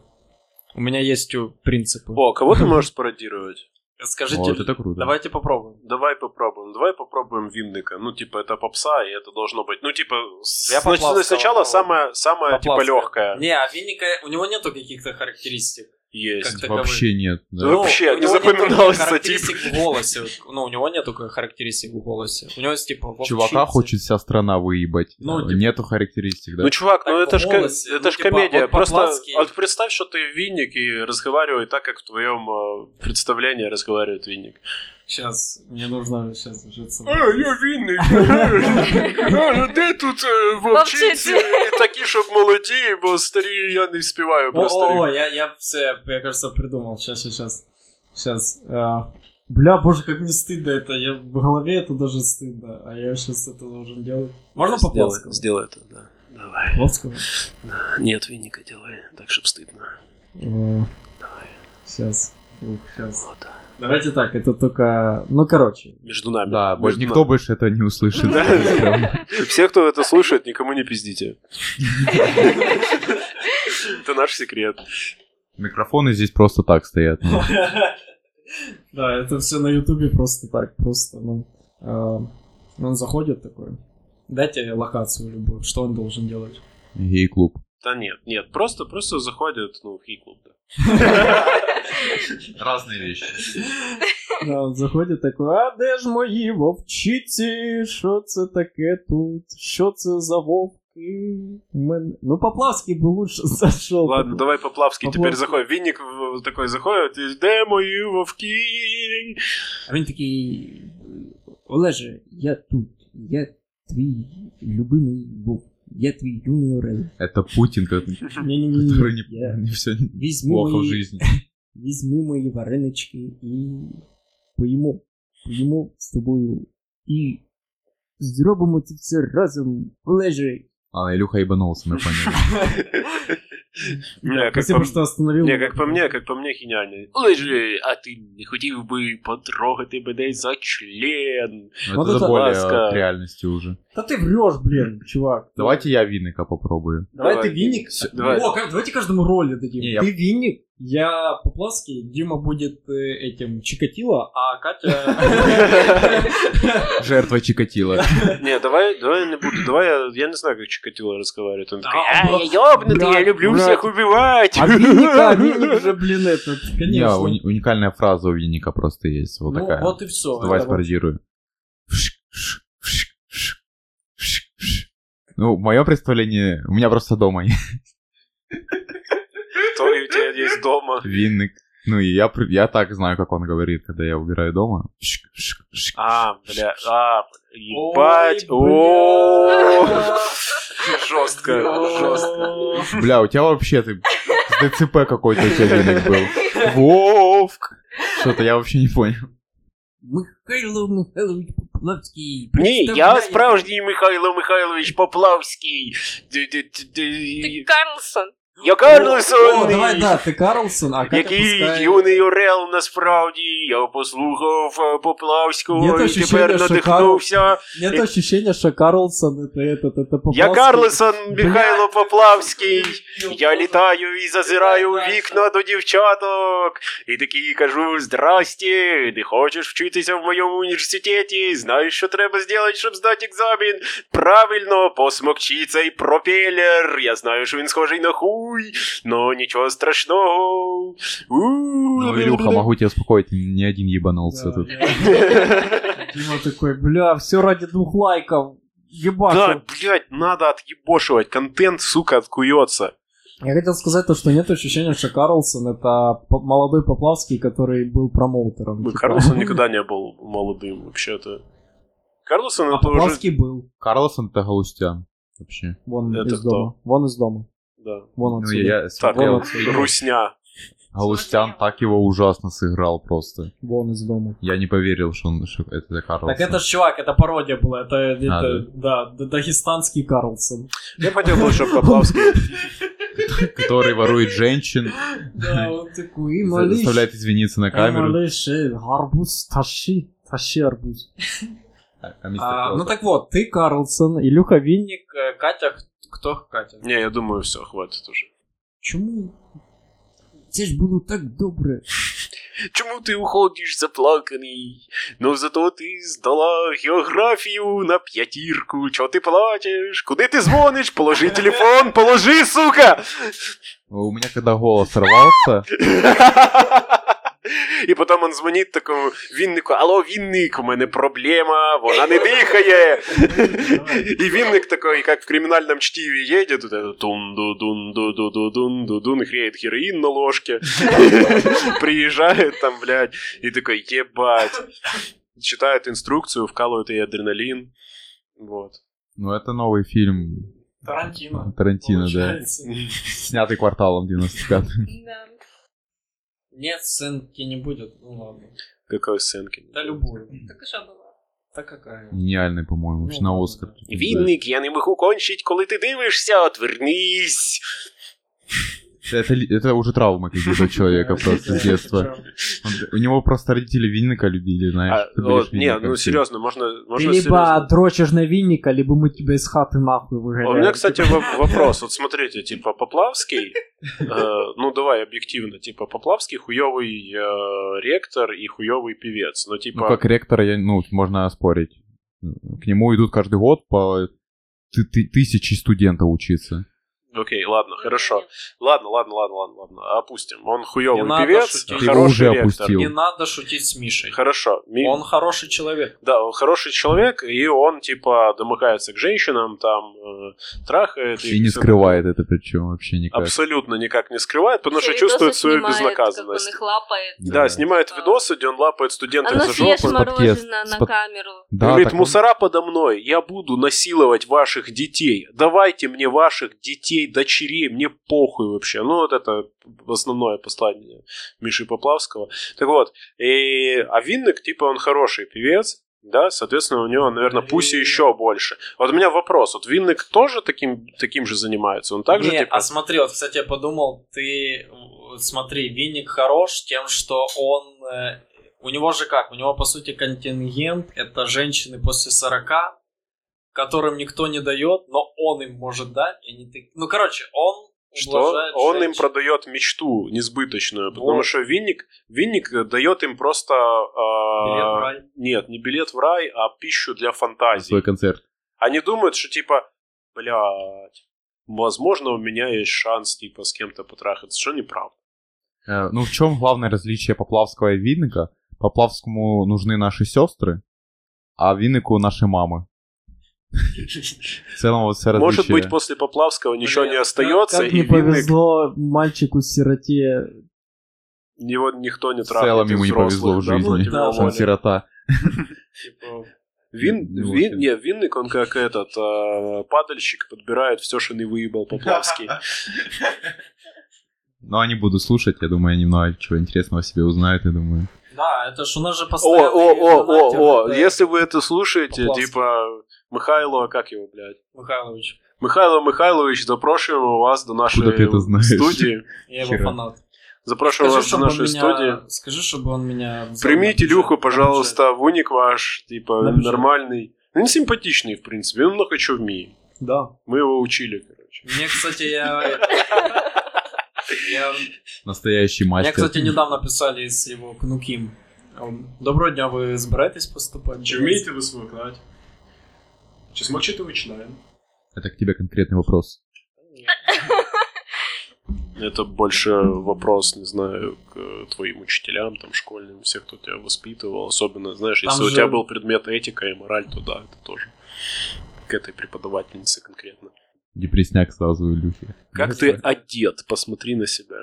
B: У меня есть у- принципы.
D: О, кого ты можешь спародировать?
B: Скажите,
C: Вот, это круто.
B: давайте попробуем.
D: Давай попробуем. Давай попробуем Винника. Ну, типа, это попса, и это должно быть. Ну, типа, с-
B: Я
D: сна-
B: Поплавского
D: сначала
B: попробую.
D: самое, самое типа,
B: Поплавская.
D: легкое
B: Не, а Винника, у него нету каких-то характеристик.
D: есть.
B: Как-то
C: Вообще нет. да.
D: Ну, Вообще,
B: у
D: не
B: него нету
D: запоминалось это
B: характеристик в голосе. Ну, у него нету характеристик в голосе. У него есть типа вовчица.
C: Чувака хочет вся страна выебать.
B: Ну,
C: Э,
B: типа-
C: Нету характеристик, да?
D: Ну, чувак, ну
B: Так
D: это ж, ко-
B: волосы,
D: это
B: ну,
D: ж
B: типа,
D: комедия.
B: вот
D: Просто
B: Поплавский.
D: вот представь, что ты Винник и разговаривай так, как в твоем э, представлении разговаривает Винник.
B: Сейчас, мне нужно сейчас уже
D: Винник! Е, Де тут е,
F: э,
E: Вовчиці?
D: І Такі, щоб молоді, бо старі я не співаю про
B: О,
D: старих.
B: я, я все, я кажется, придумал. Сейчас, сейчас, сейчас. А, Бля, боже, как мне стыдно это. Я в голове это даже стыдно, а я сейчас это должен делать. Можно по
D: Сделай-
B: плоскому?
D: Сделай это, да. Давай.
B: Плоскому?
D: Нет, Винника делай, так, чтобы стыдно.
B: Сейчас. Ух, сейчас.
D: Вот.
B: Давайте так, это только... Ну, короче.
D: Между нами.
C: Да,
B: типа,
C: больше
B: ну,
D: Между
C: никто
D: нами.
C: больше это не услышит.
D: Да. Все, кто это слушает, никому не пиздите. Это наш секрет.
C: Микрофоны здесь просто так стоят. ну.
B: Да, это все на ютубе просто так, просто, ну... э, Он заходит такой, дайте локацию любую, что он должен делать.
C: Гей-клуб.
D: Да нет, нет, просто, просто заходят, ну, в хей-клуб, да.
C: Разные вещи.
B: Да, он заходить такой, а де ж мої вовчиці? Що це таке тут? Що це за вовки? Мен... Ну, Поплавський би лучше зайшов.
D: Ладно, давай Поплавский, теперь
B: Поплавский.
D: заходит. Винник в- в- такой заходит, и где мои вовки?
B: А він такий. Олеже, я тут, я твій любимий вовк, я твій юний орел.
C: Это Путин, как-
B: Ні-ні-ні,
C: который
B: я- Ну
C: не все
B: Візьми
C: плохо в
B: мої
C: жизни.
B: візьми мої варенички і поїмо. Поїмо з тобою і зробимо це все разом, Олеже.
C: А, Илюха ебанулся, мы поняли.
D: Бля, как
B: Спасибо,
D: по-
B: что остановил.
D: Не, как по мне, как по мне, гениально. Лежи, а ты не хотел бы потрогать БД за член?
C: Ну,
B: Вот
C: Это
B: это
C: за более
D: ласка.
C: от реальности уже.
B: Да ты врешь, блин, чувак.
C: Давайте я Винника попробую.
B: Давай,
D: Давай.
B: ты винник.
D: Всё, давай.
B: О, как- давайте каждому роли дадим.
C: Не, я-
B: Ты винник, я по-плоски, Дима будет э, этим Чикатило, а Катя...
C: Жертва Чикатила.
D: Не, давай, давай я не буду, давай я, я не знаю, как Чикатило разговаривает. Он такой,
B: А,
D: «А, я ёбнутый, я
B: брат,
D: люблю
B: брат.
D: всех убивать.
B: А винник, а винник же, блин, этот,
C: Не,
B: конечно.
C: уни- уникальная фраза у Винника просто есть. Вот
B: Ну,
C: такая.
B: вот и все.
C: Давай спародирую. Вшик, вшик, вшик, вшик, вшик, вшик. Ну, мое представление, у меня просто дома есть
D: То и у тебя есть дома.
C: винник. Ну, и я, при- я так знаю, как он говорит, когда я убираю дома. Вшик, вшик, вшик.
D: А, бля, а, ебать, о жестко, жестко.
C: Бля, у тебя вообще ты с ДЦП какой-то у тебя винник был. Вовк! Что-то я вообще не понял.
B: Михайло Михайлович Поплавский.
D: Не, я
B: представляет-
D: справжній Михайло Михайлович Поплавський. Д- д- д- д-
E: Ты Карлсон.
D: Я
B: О,
D: Карлсон,
B: давай, да, ти Карлсон, а Катя
D: який
B: пускай...
D: юний Орел насправді. Я послухав е,
B: Є
D: Поплавського
B: те
D: і
B: ощущення,
D: тепер
B: що
D: надихнувся.
B: Нет ощущения, что Карлсон это этот, это Поплавский.
D: Я Карлсон Михайло Поплавський. Я
B: летаю.
D: літаю і зазираю у вікна до дівчаток. І такий кажу: здрасте, ти хочеш вчитися в моєму університеті? Знаєш, що треба зробити, щоб здати екзамен? Правильно, посмокчи цей пропелер. Я знаю, що він схожий на хуй, но нічого страшного. У-у-у.
C: Ну, Илюха, могу тебя успокоить, ни один ебанулся тут.
B: Дима Ну, такой, бля, все ради двух лайков.
D: Да,
B: Ебашу.
D: блядь, надо отъебошивать. Контент, сука, откуется.
B: Я хотел сказать то, что нет ощущения, что Карлсон это по- молодой Поплавский, который был промоутером.
D: Ну,
B: типа.
D: Карлсон никогда не был молодым, вообще-то. Карлсон
B: А
D: это ну, уже...
B: Поплавский был.
C: Карлсон это Галустян. Вообще.
B: Вон
D: Это
B: из
D: кто?
B: дома. Вон из дома.
D: Да.
B: Вон
C: Ну,
B: отсюда.
C: я я
D: Так,
C: смотрел
B: он-
C: фильм.
D: Русня.
C: Галустян так его ужасно сыграл просто.
B: Вон из дома.
C: Я не поверил, что, он, что это за Карлсон. А,
B: Так это ж чувак, это пародия была, это, это
C: да.
B: да, д- дагестанский Карлсон.
D: Я хотел бы, чтобы Поплавский...
C: Который ворует женщин,
B: Да, он такой, и
C: за-
B: малыш,
C: заставляет извиниться на
B: и
C: камеру.
B: малыш, э, арбуз тащи, тащи арбуз.
C: А- а мистер
B: А,
C: Карлсон?
B: ну так вот, ты Карлсон, Илюха Винник, э, Катя, х- кто Катя?
D: Не, я думаю, все, хватит уже.
B: Чему? Це ж було так добре.
D: Чому ти уходиш заплаканий? Ну зато ти здала географію на п'ятірку. Чого ти плачеш? Куди ти дзвониш? Положи телефон, положи, сука!
C: У меня когда голос сорвался,
D: І потім він дзвонить такому віннику: Алло, вінник, у мене проблема, вона не дихає. І вінник такий, як в кримінальному чтіві, їде тут тун ду дун ду ду ду дун ду дун греє героїн на ложці. Приїжджає там, блядь, і такий, єбать. Читають інструкцію, вкалують їй адреналін. Вот.
C: ну это новый фильм
B: Тарантино.
C: Тарантино, да.
B: получается.
C: Снятый кварталом 95
E: Да.
B: Нет, сценки не будет, ну ладно.
D: Какої сценки?
B: Да любую.
E: Так и что было?
B: Да какая. Ну,
C: Гениальный, по-моему, вообще Ну,
D: Ну,
C: на Оскар.
D: Вінник, я не можу кончить, коли ти дивишся, отвернись.
C: Это, ли- это уже травма какие-то у человека просто с детства. Он- У него просто родители Винника любили, знаешь.
D: А,
C: ты
D: вот,
C: будешь
D: не,
C: Винником
D: ну
C: всегда.
D: серьезно, можно,
B: Ты
D: можно
B: либо
D: серьезно.
B: дрочишь на Винника, либо мы тебя из хаты нахуй
D: А
B: выгоняем.
D: У меня, кстати, во- вопрос. Вот смотрите, типа Поплавский, э, ну давай объективно, типа Поплавский хуёвый э, ректор и хуёвый певец. Ну
C: Ну,
D: типа,
C: как ректора, я, ну, можно оспорить. К нему идут каждый год по ты- ты- тысячи студентов учиться.
D: окей, ладно, хорошо. Ладно, ладно, ладно, ладно, ладно, опустим. Он хуёвый
B: Не надо
D: певец,
B: шутить. Ты
C: его
D: хороший
C: уже
D: ректор.
C: опустил.
B: Не надо шутить с Мишей.
D: Хорошо. Ми-
B: Он хороший человек.
D: Да, он хороший человек, и он, типа, домыкается к женщинам, там, э, трахает.
C: И не
D: всё
C: скрывает это причем вообще никак.
D: Абсолютно никак не скрывает, потому
E: Все
D: что чувствует
E: видосы
D: свою
E: снимает,
D: безнаказанность.
E: Как он их лапает.
D: Да, снимает видосы, где он лапает
E: А
D: студентов
E: ну
D: за
E: съешь
D: жопу.
E: мороженое на
C: под-
E: камеру.
C: Да,
D: Говорит,
C: так он-
D: мусора подо мной, я буду насиловать ваших детей. Давайте мне ваших детей моей дочери, мне похуй вообще. Ну, вот это основное послание Миши Поплавского. Так вот, и, а Винник, типа, он хороший певец, да, соответственно, у него, наверное, пуси еще больше. Вот у меня вопрос, вот Винник тоже таким, таким же занимается? Он также,
A: Не,
D: типа...
A: а смотри, вот, кстати, я подумал, ты, э, смотри, Винник хорош тем, что он, э, у него же как, у него, по сути, контингент, это женщины после 40, которым никто не дает, но он им может дать, и они так- ну, короче, он
D: Что?
A: уважает
D: Он им
A: женщин.
D: продает мечту несбыточную, потому
A: Вот.
D: что Винник, Винник дает им просто... а,
A: Билет в рай.
D: Нет, не билет в рай, а пищу для фантазии.
C: свой концерт.
D: Они думают, что типа, блядь, возможно, у меня есть шанс типа с кем-то потрахаться, что неправда.
C: Э, Ну, в чем главное различие Поплавского и Винника? Поплавскому нужны наши сестры, а Виннику наши мамы. В целом вот все различие.
D: Может быть, после Поплавского ничего
A: Блин,
D: не
A: как-
D: остается,
B: Как
D: и
B: не
D: Винник,
B: повезло мальчику-сироте.
D: его никто не
C: в
D: трахает.
C: целом
D: из
C: ему не
D: взрослых,
C: повезло в
D: да, ну,
C: жизни.
D: типа,
B: Да,
D: Володя.
C: Он сирота.
D: Типа, Вин,
C: Ну,
D: вин,
C: вот.
D: не, Винник, он как этот э, падальщик подбирает все, что не выебал Поплавский.
C: Но ну, они будут слушать, я думаю, они много чего интересного себе узнают, я думаю.
A: Да, это ж у нас же
D: О,
A: постоянно...
D: о, о, о, о, если вы это слушаете,
A: Поплавский.
D: типа, Михайло, как его, блядь?
A: Михайлович,
D: Михайло Михайлович, запрошиваем вас до нашей
C: Откуда ты это знаешь?
D: студии.
A: я его
C: Хера.
A: фанат.
D: Запрошиваем вас до
A: чтобы он
D: нашей
A: меня-
D: студии.
A: Скажи, чтобы он меня... взял
D: Примите
A: на бюджет,
D: Люху,
A: на бюджет.
D: пожалуйста, в уник ваш, типа,
B: На бюджет.
D: нормальный. Ну, не симпатичный, в принципе, он много чего умеет.
B: Да.
D: Мы его учили, короче.
A: Мне, кстати, я... я-
C: Настоящий
A: Мне,
C: мастер.
A: кстати, недавно писали из его Кнуким. Он, Доброго дня, вы збираетесь поступать?
F: Чи вмієте ви смикати? Чи смокчите ви член?
C: Это к тебе конкретный вопрос.
D: Это больше вопрос, не знаю, к э, твоим учителям, там, школьным, все, кто тебя воспитывал. Особенно, знаешь,
A: Там
D: если у
A: же-
D: тебя был предмет этика и мораль, то да, это тоже к этой преподавательнице
C: Ну,
D: конкретно.
C: Депресняк сразу у Люхи.
D: Как ты одет? Посмотри на себя.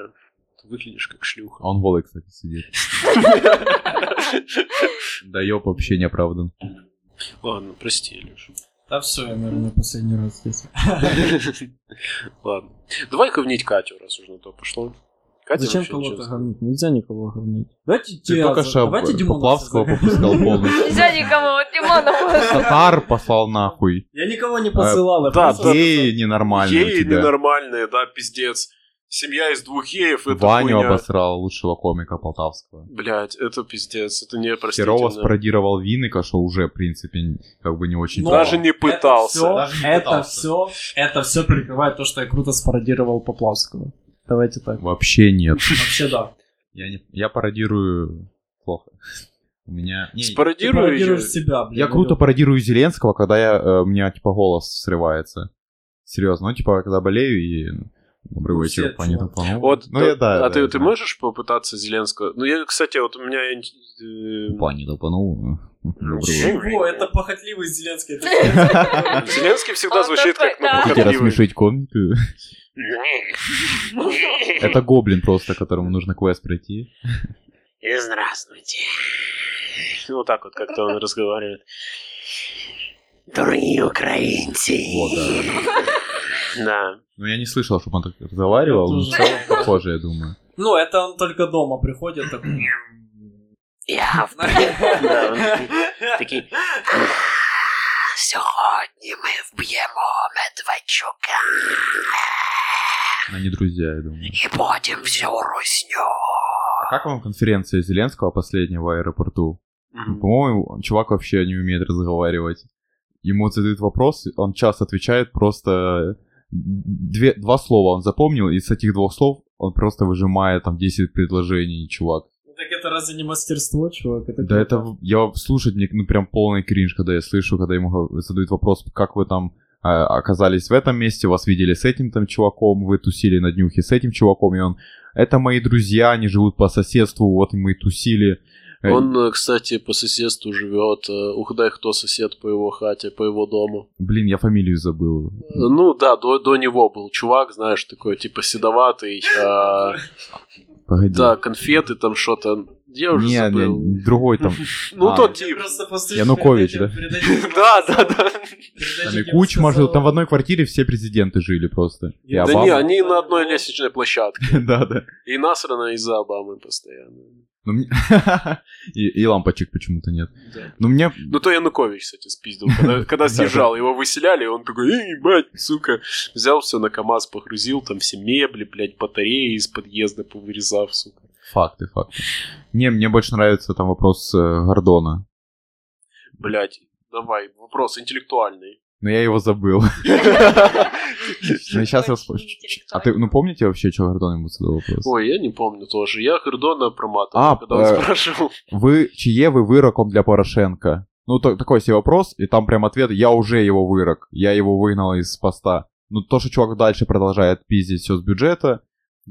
D: Ты выглядишь как шлюха.
C: А он голый, кстати, сидит. Да ёб, вообще не оправдан.
D: Ладно, прости, Илюш.
A: Да все, я, наверное, последний раз здесь.
D: Ладно. Давай говнить Катю, раз уже на то пошло. Катя
B: Зачем
D: вообще
B: кого-то
D: честно.
B: говнить? Нельзя никого говнить. Давайте
C: Ты
B: Диаза-
C: только что
B: давайте Димона
C: Поплавского
B: создаем.
C: попускал полностью.
E: Нельзя никого, вот Димонова.
C: Татар послал нахуй.
B: Я никого не посылал. я
D: да,
B: просто-
C: Геи ненормальные у
D: Геи
C: тебя.
D: ненормальные, да, пиздец. Семья из двух геев, это
C: Ваню
D: хуйня.
C: обосрал лучшего комика полтавского.
D: Блять, это пиздец, это не
C: Серова
D: простительно.
C: спародировал Винника, что уже, в принципе, как бы не очень...
B: Но-
C: плохо.
D: Ну, Даже не
A: Это всё-
D: пытался.
C: Даже не
B: Это
C: пытался.
B: все, это все прикрывает то, что я круто спародировал Поплавского. Давайте так.
C: Вообще нет.
B: Вообще да.
C: Я, не, я пародирую плохо. У меня... не,
A: Типа,
B: Ты
D: Спародируешь.
B: пародируешь себя,
D: А
B: блин.
C: я круто пародирую Зеленского, когда я, э, у меня, типа, голос срывается. Серьезно, ну, типа, когда болею и... ну, Добрый
B: Ну,
C: вечер,
B: все,
C: понятно,
B: чувак.
C: по-моему.
D: Вот,
C: ну,
D: да-
C: я, да,
D: а ты,
C: да, да.
D: ты можешь попытаться Зеленского? Ну, я, кстати, вот у меня... э,
C: Пани топанул. э, добрый вечер.
A: О, это похотливый Зеленский. это
D: Зеленский всегда
E: Он
D: звучит
E: такой,
D: как на
E: да.
C: Хотите
D: похотливый.
C: рассмешить комика? Это гоблин просто, которому нужно квест пройти.
D: Здравствуйте. Вот так вот как-то он разговаривает. Дорогие
C: Вот,
D: украинцы.
C: да.
D: Да.
C: Ну, я не слышал, чтобы он так разговаривал.
B: Я
C: но
B: тоже.
C: в целом Похоже, я думаю.
A: Ну, это он только дома приходит. такой.
G: Я в-
D: Да, он
G: такий. Сьогодні ми вб'ємо Медведчука
C: Они друзья, я думаю.
G: і потім всю русню.
C: А как вам конференция Зеленского последнего в аэропорту?
D: Мгм.
C: По-моему, он- чувак вообще не умеет разговаривать. Ему задают вопрос, он часто отвечает просто две, два слова он запомнил, и с этих двух слов он просто выжимает там 10 предложений, чувак.
A: Ну, Так это разве не мастерство?
B: Мастерство, чувак. Это
C: Да это, в- я слушать мне, ну, прям полный кринж, когда я слышу, когда ему гов- задают вопрос, как вы там э, оказались в этом месте, вас видели с этим там чуваком, вы тусили на днюхе с этим чуваком, и он, это мои друзья, они живут по соседству, вот мы и тусили. Э,
D: Он, э, кстати, по соседству живет. э, Угадай, кто сосед по его хате, по его дому.
C: Блин, я фамилию забыл.
D: Э, Ну да, до, до него был чувак, знаешь, такой типа седоватый. а,
C: Погоди.
D: Да, конфеты там что-то. Я уже
C: не,
D: забыл.
C: не, другой там.
D: Ну,
C: А,
D: тот тип.
A: Просто послушай
C: Янукович,
A: передачу- передачу Димаса-
D: Да, да, да.
A: передачу
C: Там и
A: Димаса
C: Кучма жил, там в
A: Савва.
C: одной квартире все президенты жили просто. И
D: Да не,
C: Обама.
D: они на одной лестничной площадке.
C: Да, да.
D: И насрано из-за Обамы постоянно.
C: Ну, мне- И и лампочек почему-то нет. Ну, мне...
D: Ну то Янукович, кстати, спиздил. Когда, когда съезжал, его выселяли, и он такой, эй, бать, сука. Взял все на КамАЗ, погрузил, там все мебли, блядь, батареи из подъезда повырезав, сука.
C: Факты, факты. Не, мне больше нравится там вопрос э, Гордона.
D: Блядь, давай, вопрос интеллектуальный.
C: Но я его забыл. Ну, сейчас я вспомню. А ты, ну, помните вообще, что Гордон ему задал вопрос?
D: Ой, я не помню тоже. Я Гордона проматывал,
C: А,
D: когда он
C: э,
D: спрашивал.
C: Вы, чье вы выроком для Порошенко? Ну, та- такой себе вопрос, и там прям ответ, я уже его вырок, я его выгнал из поста. Ну, то, что чувак дальше продолжает пиздить все с бюджета,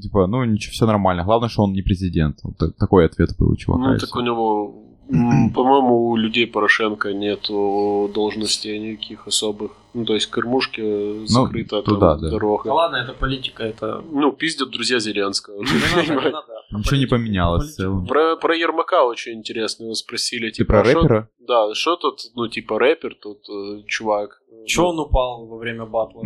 C: типа, ну, ничего, все нормально, главное, что он не президент. Вот та- такой ответ был у чувака.
D: Ну,
C: и
D: так
C: всё.
D: у него, м, по-моему, у людей Порошенко нету должностей никаких особых. Ну, то есть кормушки закрыта, там
C: Ну, туда, да.
A: Да
D: дорога.
A: ладно, это политика, это...
D: Ну, пиздят друзья Зеленского.
A: Не
B: Ну,
A: надо, не надо.
C: Ничего не
A: Политика,
C: поменялось
A: политика.
C: в целом.
D: Про, про Ермака очень интересно его спросили.
C: Ты
D: Типа,
C: про
D: а шо-
C: рэпера?
D: Да, что тут, ну, типа рэпер, тут э, чувак.
A: Чё он упал во время батла?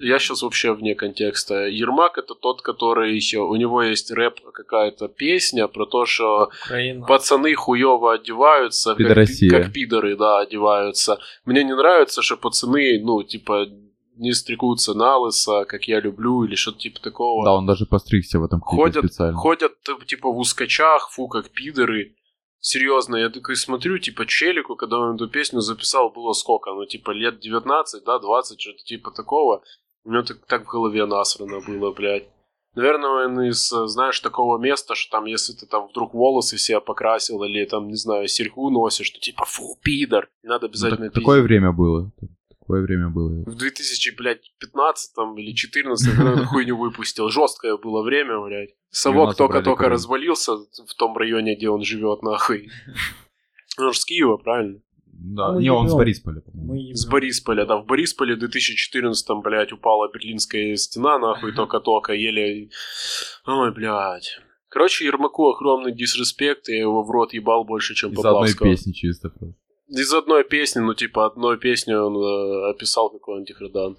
D: Я сейчас вообще вне контекста. Ермак это тот, который еще... У него есть рэп, какая-то песня про то, что
A: Украина.
D: пацаны хуево одеваются, как пи-
C: Пидорасия.
D: Как, пидоры, да, одеваются. Мне не нравится, что пацаны, ну, типа, не стригутся на лысо, как я люблю, или что-то типа такого.
C: Да, он даже постригся в этом клипе
D: Ходят-
C: специально.
D: Ходят, т- типа, в ускачах, фу, как пидоры. Серьезно, я такой смотрю, типа, Челику, когда он эту песню записал, было сколько? Ну, типа, лет 19, да, 20, что-то типа такого. У него так, так в голове насрано было, блядь. Наверное, он из, э, знаешь, такого места, что там, если ты там вдруг волосы себя покрасил или там, не знаю, серьгу носишь, то типа, фу, пидор, и надо
C: Ну, так-
D: обязательно пиздить.
C: такое время было. Такое время было.
D: В 2015 или 14 когда эту хуйню выпустил. Жесткое было время, блядь. Совок
C: нас забрали
D: только-только
C: Крым.
D: развалился в том районе, где он живет, нахуй. Ну, Он же с Киева, правильно?
C: Да,
B: Мы
C: не, он с
B: ебём.
C: Борисполя, по-моему.
B: Мы
D: С Борисполя, да. В Борисполе в 2014 блядь, упала Берлинская стена, нахуй, только-только, еле... Ой, блядь. Короче, Ермаку огромный дисреспект, я его в рот ебал больше, чем
C: Из одной
D: Поплавского.
C: песни чисто. просто.
D: Из одной песни, ну, типа, одной песню он э, описал, какой он деградант.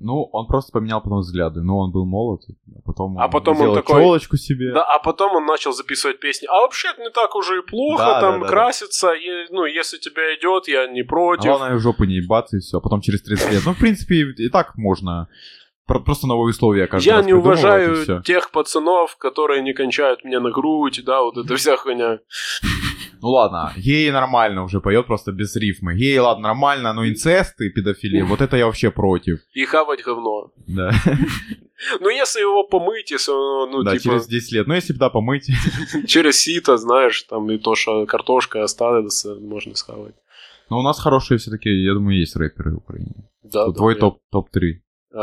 C: Ну, он просто поменял потом взгляды. Ну, он был молод, а потом
D: А
C: он
D: потом он
C: сделал
D: такой-
C: челочку себе.
D: Да, а потом он начал записывать песни. А вообще это не так уже и плохо,
C: Да,
D: там
C: да, да,
D: краситься, и, ну, если тебя идет, я не
C: А
D: против.
C: главное, в жопу не ебаться и все. Потом через 30 лет. Ну, в принципе, и так можно. Про- Просто новые условия каждый
D: я
C: раз
D: не
C: придумывать, и
D: уважаю
C: всё.
D: тех пацанов, которые не кончают меня на грудь, да, вот эта вся хуйня.
C: Ну ладно, гей нормально уже поет, просто без рифмы. Гей, ладно, нормально, но инцест и педофилия, вот это я вообще против.
D: И хавать говно.
C: Да,
D: Ну, если его помыть, если он, ну,
C: да через
D: типа, через...
C: 10 лет. Ну, если бы, да, помыть.
D: сито, знаешь, там и то, что картошка останется, можно схавать.
C: Но у нас хорошие все-таки, я думаю, есть рэперы в Украине.
D: Да,
C: Тут
D: да,
C: твой
D: я-
C: топ- топ-3.
D: А,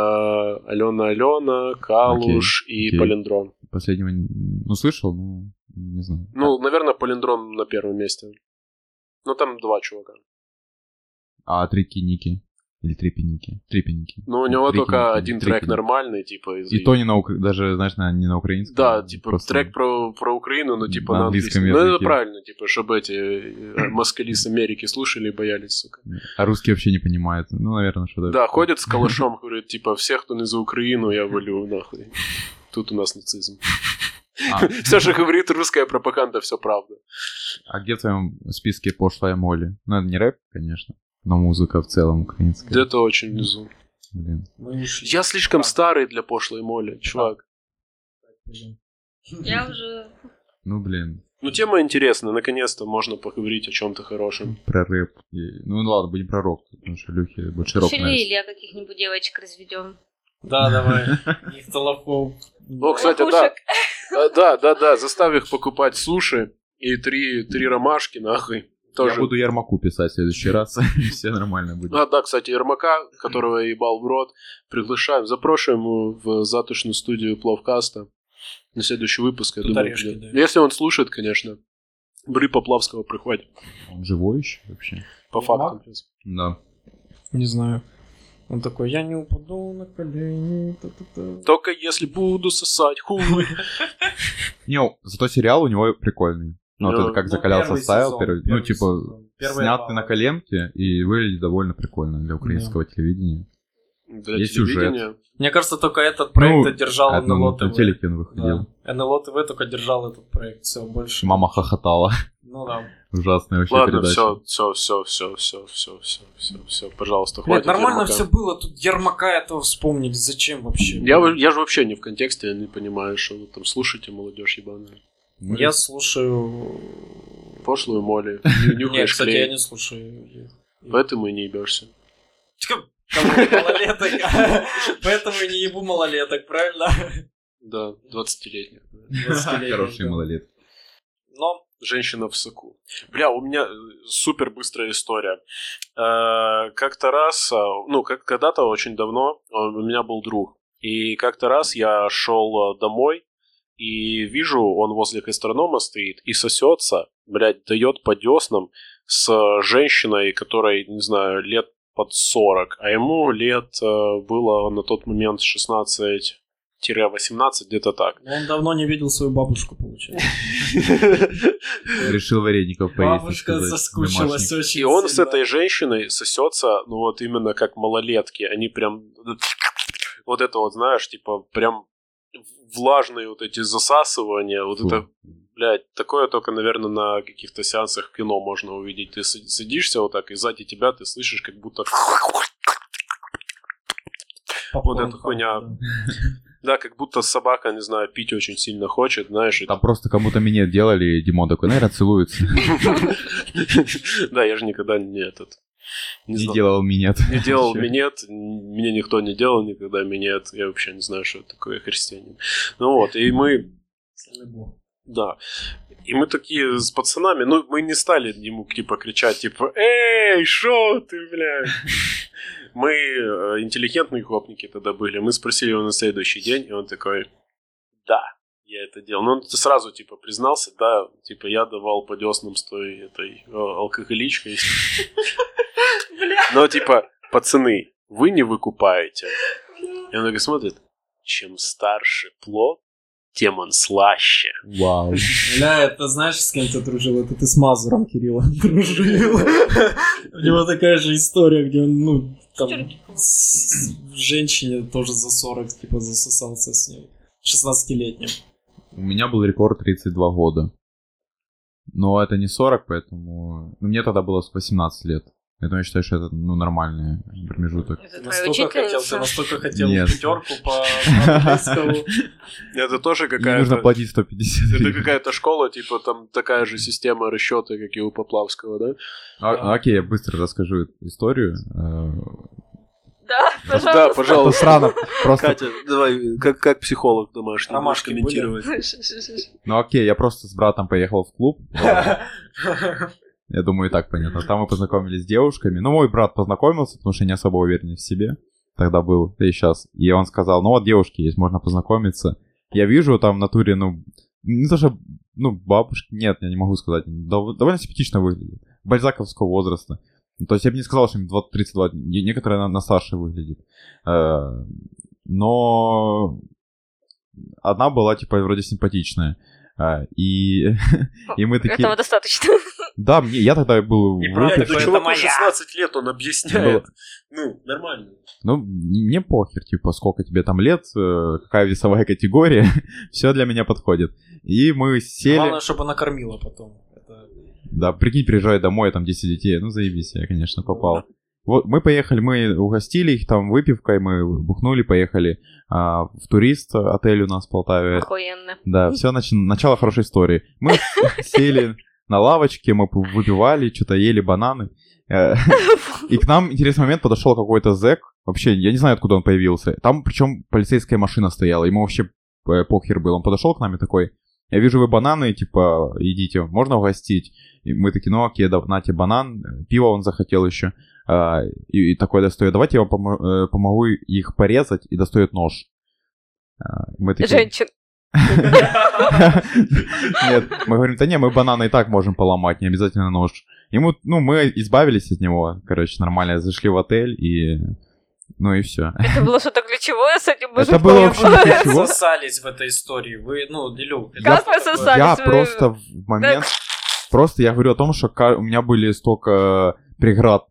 D: Алена Алена, Калуш и
C: окей.
D: Полиндрон.
C: Последнего, не- ну, слышал, ну, не знаю.
D: Ну, наверное, Полиндрон на первом месте. Ну, там два чувака.
C: А три киники. Или три пеники. Три пеники.
D: Ну, у него
C: Три
D: только
C: киники,
D: один
C: три
D: трек
C: киники.
D: нормальный, типа. из-
C: И то не на укра- даже, знаешь, на- не на украинском.
D: Да,
C: а
D: типа
C: просто-
D: трек про, про Украину, но типа
C: На
D: на,
C: английском
D: английском. Ну, это
C: языке.
D: правильно, типа, чтобы эти э, москали с Америки слушали и боялись, сука.
C: А русские вообще не понимают. Ну, наверное, что-то...
D: Да, ходит с калашом, говорит, типа, всех, кто не за Украину, я валю нахуй. Тут у нас нацизм.
C: А.
D: Все, что говорит русская пропаганда, все правда.
C: А где в твоем списке пошлая Молли? Ну, это не рэп, конечно, но музыка в целом украинская.
D: Где-то очень внизу.
C: Блин.
A: Мы ушли.
D: Я слишком старый для пошлой моли, чувак.
E: Я уже...
C: Ну, блин,
D: Ну, тема интересная, наконец-то можно поговорить о чем-то хорошем.
C: про рэп. И- Ну, ладно, будем про рок, потому что Люхе больше рок
E: Шили
C: нравится.
E: или я каких-нибудь девочек разведем.
A: Да, давай. Их толоков.
D: О, Ну, кстати, да,
E: Лохушек.
D: А, Да, да, да, заставь их покупать суши и три, три ромашки, нахуй. Тоже.
C: Я буду Ермаку писать в следующий раз, и все нормально будет.
D: А, да, кстати, Ермака, которого я ебал в рот, приглашаем, запрошиваем его в затушную студию Плавкаста на следующий выпуск, я
A: Тут
D: думаю,
A: орешки
D: придет.
A: дают.
D: Если он слушает, конечно, Бри Поплавского прихватит,
C: Он живой еще вообще?
D: по факту.
C: Да.
A: Не знаю.
B: Он такой, я не упаду на колени. та-та-та».
D: Только если буду сосать хуй.
C: Не, зато сериал у него прикольный. Ну, вот
D: Ну,
C: это как
B: Ну,
C: закалялся
B: первый
C: стайл,
B: сезон,
C: первый, ну,
B: первый
C: типа,
B: сезон. Первые
C: снят ты
B: баллы.
C: на коленке и выглядит довольно прикольно для украинского телевидения.
D: Для
C: Есть сюжет.
D: телевидения.
B: Мне кажется, только этот проект
C: Ну,
B: одержал
C: А
B: НЛО
C: на, на
B: ТВ.
C: телеке он выходил.
B: Да. НЛО ТВ только держал этот проект, все, больше.
C: Мама хохотала.
B: Ну да.
C: Ужасная вообще
D: Ладно,
C: передача.
D: все, все, все, все, все, все, все, все, все, пожалуйста,
B: Блядь,
D: хватит.
B: нормально
D: Ермака.
B: все было, тут Ермака этого вспомнили, зачем вообще?
D: Я, во- я же вообще не в контексте, я не понимаю, что вы там слушаете, молодежь ебаная.
B: Я слушаю...
D: Пошлую моли, ню-
B: Нет,
D: нюхаешь
B: кстати,
D: клей.
B: я не слушаю их.
D: Поэтому и не ебешься.
B: Тьфу, кому малолеток. Поэтому и не ебу малолеток, правильно?
D: Да, 20-летних. да.
C: Хороший малолет.
B: Но
D: Женщина в соку. Бля, у меня э, супер быстрая история. Э, Как-то раз, э, ну, как когда-то очень давно э, у меня был друг. И как-то раз я шел э, домой и вижу, он возле гастронома стоит и сосется, блядь, дает по деснам с э, женщиной, которой, не знаю, лет под 40, а ему лет э, было на тот момент 16-18, где-то так.
B: он давно не видел свою бабушку, получается.
C: Решил вареников поесть.
B: Бабушка
C: сказать,
B: соскучилась
C: домашних.
B: очень
D: И он с
B: сильно.
D: этой женщиной сосется, ну вот именно как малолетки. Они прям вот это вот, знаешь, типа прям влажные вот эти засасывания, вот
C: Фу.
D: это, блядь, такое только, наверное, на каких-то сеансах в кино можно увидеть. Ты си- сидишься вот так, и сзади тебя ты слышишь, как будто...
B: Попкорн
D: вот эта хуйня.
B: хавал,
D: Да, как будто собака, не знаю, пить очень сильно хочет, знаешь. и-
C: Там просто кому-то минет делали, и Димон такой, наверное, целуется.
D: Да, я же никогда не этот...
C: Не
D: знал.
C: делал минет.
D: Не делал
C: Чё?
D: минет, н- меня никто не делал никогда минет, я вообще не знаю, что это такое христианин. Ну вот, и мы, да, и мы такие с пацанами, ну мы не стали ему типа кричать, типа, эй, шо ты, блядь? Мы э, интеллигентные хлопники тогда были, мы спросили его на следующий день, и он такой, да, я это делал. Ну, он сразу, типа, признался, да, типа, я давал по деснам с той этой э, алкоголичкой. Но, типа, пацаны, вы не выкупаете. И он такой смотрит, чем старше плод, тем он слаще.
C: Вау.
B: Бля, это знаешь, с кем ты дружил? Это ты с Мазуром Кирилла дружил. У него такая же история, где он, ну, там, с- с- женщине тоже за 40, типа, засосался с ней. 16-летним.
C: У меня был рекорд 32 года. Но это не 40, поэтому... ну, мне тогда было 18 лет. Поэтому я считаю, что это ну, нормальный промежуток.
E: Это твоя
B: Настолько хотел, ты
E: учительница.
B: настолько хотел
C: Нет.
B: пятерку по английскому.
D: Это тоже
C: Мне нужно
D: какая-то...
C: платить 150
D: Это
C: гривен.
D: какая-то школа, типа, там такая же система расчета, как и у Поплавского, да?
C: А- Окей, я быстро расскажу эту историю. Э,
D: Да,
E: Да, пожалуйста.
C: Это
D: пожалуйста.
C: странно. Просто...
D: Катя, давай, как, как психолог домашний, можешь
B: Ромашки были?
D: комментировать.
C: Ну окей, я просто с братом поехал в клуб. Я думаю, и так понятно. Там мы познакомились с девушками. Ну, мой брат познакомился, потому что я не особо уверен в себе. Тогда был, да и сейчас. И он сказал, ну вот девушки есть, можно познакомиться. Я вижу там в натуре, ну, не то что, ну, бабушки, нет, я не могу сказать. Дов- довольно симпатично выглядит. Бальзаковского возраста. Ну, То есть я бы не сказал, что им 20-32, не- некоторые на, на старше выглядят. Э, Но одна была, типа, вроде симпатичная. Э, И, и мы такие...
E: Этого достаточно.
C: Да, мне, я тогда был
B: И правда,
C: выпит.
B: это
D: чуваку
B: моя.
D: 16 лет, он объясняет.
C: Ну,
D: Ну, нормально.
C: Ну, м- мне похер, типа, сколько тебе там лет, э, какая весовая категория, все для меня подходит. И мы сели,
B: Главное, чтобы накормила потом. Это-
C: да, прикинь, приезжай домой, там 10 детей, ну, заебись, я, конечно, попал. Вот, мы поехали, мы угостили их там выпивкой, мы бухнули, поехали а, в турист, отель у нас в Полтаве,
E: Охуенно.
C: Да, все начало хорошей истории. Мы сели на лавочке, мы выпивали, что-то ели бананы. Э, И к нам интересный момент подошел какой-то зэк. Вообще, я не знаю, откуда он появился. Там, причем, полицейская машина стояла. Ему вообще э, похер был. Он подошел к нам и такой: Я вижу, вы бананы, типа, идите, можно угостить. И мы такие, ну окей, да, на тебе банан, пиво он захотел еще. А, и, и такой достает. Давайте я вам помо- э, помогу их порезать и достает нож. А, мы такие,
E: Женщин.
C: нет, мы говорим, да не, мы бананы и так можем поломать, не обязательно нож. Ему, ну, мы избавились от него, короче, нормально, зашли в отель и Ну и все.
E: Это было что-то ключевое с этим мужиком.
C: Это было вообще не
A: Как
C: Чего?
A: засались в этой истории? Вы, ну, Лилюк, это
E: Как
A: такое?
E: вы сосали
C: я
E: свою-
C: просто в момент... Просто я говорю о том, что ка- у меня были столько преград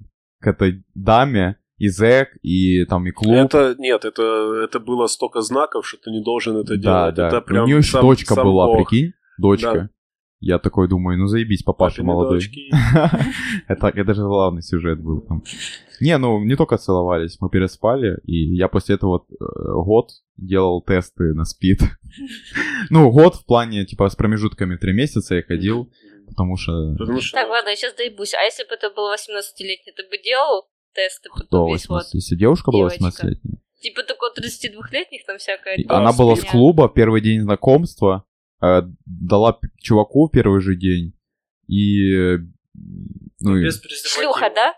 C: к этой даме, и зэк, и там, и клуб.
D: Это нет, это, это было столько знаков, что ты не должен это
C: да,
D: делать.
C: да. Ну,
D: Это
C: у
D: прям
C: нее еще
D: сам-
C: дочка
D: сам
C: была,
D: Бог.
C: прикинь? Дочка.
D: Да.
C: Я такой думаю, ну заебись, папаша
D: Папины
C: молодой.
D: дочки.
C: Это, это же главный сюжет был там. Не, ну не только целовались, мы переспали, и я после этого э, год делал тесты на спид. Ну, год в плане, типа, с промежутками три месяца я ходил, потому что...
D: Потому что
E: Так, ладно, я сейчас доебусь. А если бы это был 18-летний, ты бы делал тесты
C: До
E: потом весь вот?
C: 18 Если девушка была
E: девочка.
C: 18-летняя.
E: Типа такого 32-летних там всякая.
C: И Она была с
E: хуйня.
C: клуба, первый день знакомства, э, дала п- чуваку первый же день, и... э, Ну, и-
A: Без презерватива.
E: Шлюха, да?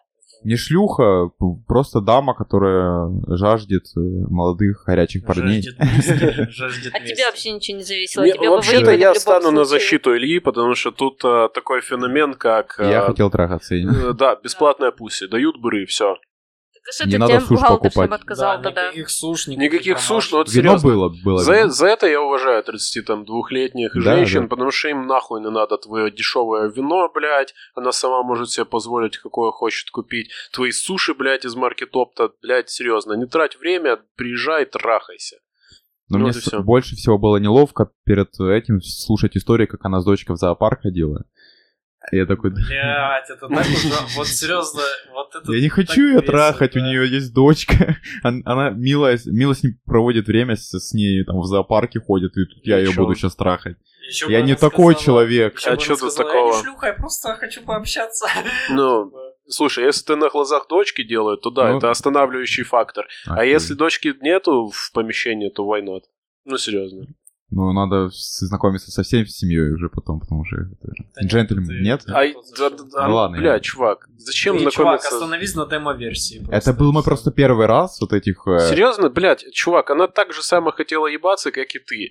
C: не шлюха, п- просто дама, которая жаждет э, молодых горячих парней.
A: Жаждет мести, жаждет
E: От тебя
A: мести.
E: А вообще ничего не зависело.
D: Не,
E: тебя бы
D: вообще-то
E: выебали в
D: я
E: любом
D: стану на
E: случае.
D: защиту Ильи, потому что тут а, такой феномен, как... а,
C: Я хотел трахаться. я не-
D: э, Да, бесплатная пуси, дают бры, все.
E: Так а что
C: Не
E: ты
C: надо
E: тем
C: суш
E: бухгалтершем
C: покупать.
E: отказал
A: да,
D: ну,
E: тогда?
A: Никаких суш, никаких,
D: Никаких суш, но вот
C: Вино
D: серьезно.
C: было, было.
D: За,
C: вино.
D: за это я уважаю 32-летних
C: Да,
D: женщин,
C: да.
D: потому что им нахуй не надо твое дешевое вино, блядь. Она сама может себе позволить, какое хочет купить. Твои суши, блядь, из маркетопта, блядь, серьезно. Не трать время, приезжай, трахайся.
C: Но
D: ну
C: мне
D: вот и
C: с-
D: всё.
C: больше всего было неловко перед этим слушать историю, как она с дочкой в зоопарк ходила. И я
D: ну,
C: такой,
A: Блять, это так уже, вот серьезно, вот это
C: я не
A: так
C: хочу ее
A: бесит,
C: трахать, у
A: да.
C: нее есть дочка. Он- Она милая, с- мило с ним проводит время, с, с ней там в зоопарке ходит, и тут я ее
D: Ничего.
C: буду сейчас трахать.
A: Ещё
C: я
A: бы
C: не
A: она
C: такой
A: сказала-
C: человек.
A: ещё бы
D: А
A: она
D: чё тут
A: сказала, Я
D: такого?
A: не шлюха, я просто хочу пообщаться.
D: Ну, слушай, если ты на глазах дочки делают, то да,
C: Ну.
D: это останавливающий фактор. А
C: Окей.
D: если дочки нету в помещении, то why not? Ну, серьезно.
C: Ну, надо с- знакомиться со всей семьей уже потом, потому что... это-
A: Да нет,
C: Джентльмен,
A: ты-
C: нет?
A: Да
D: А,
A: тут
D: да,
A: зачем?
D: да, да,
C: Ну ладно,
D: бля,
C: я-
D: чувак, зачем
A: Ты, чувак,
D: знакомиться... с-
A: остановись на демо-версии. просто.
C: Это был мой просто первый раз вот этих... э,
D: Серьезно, блядь, чувак, она так же само хотела ебаться, как и ты.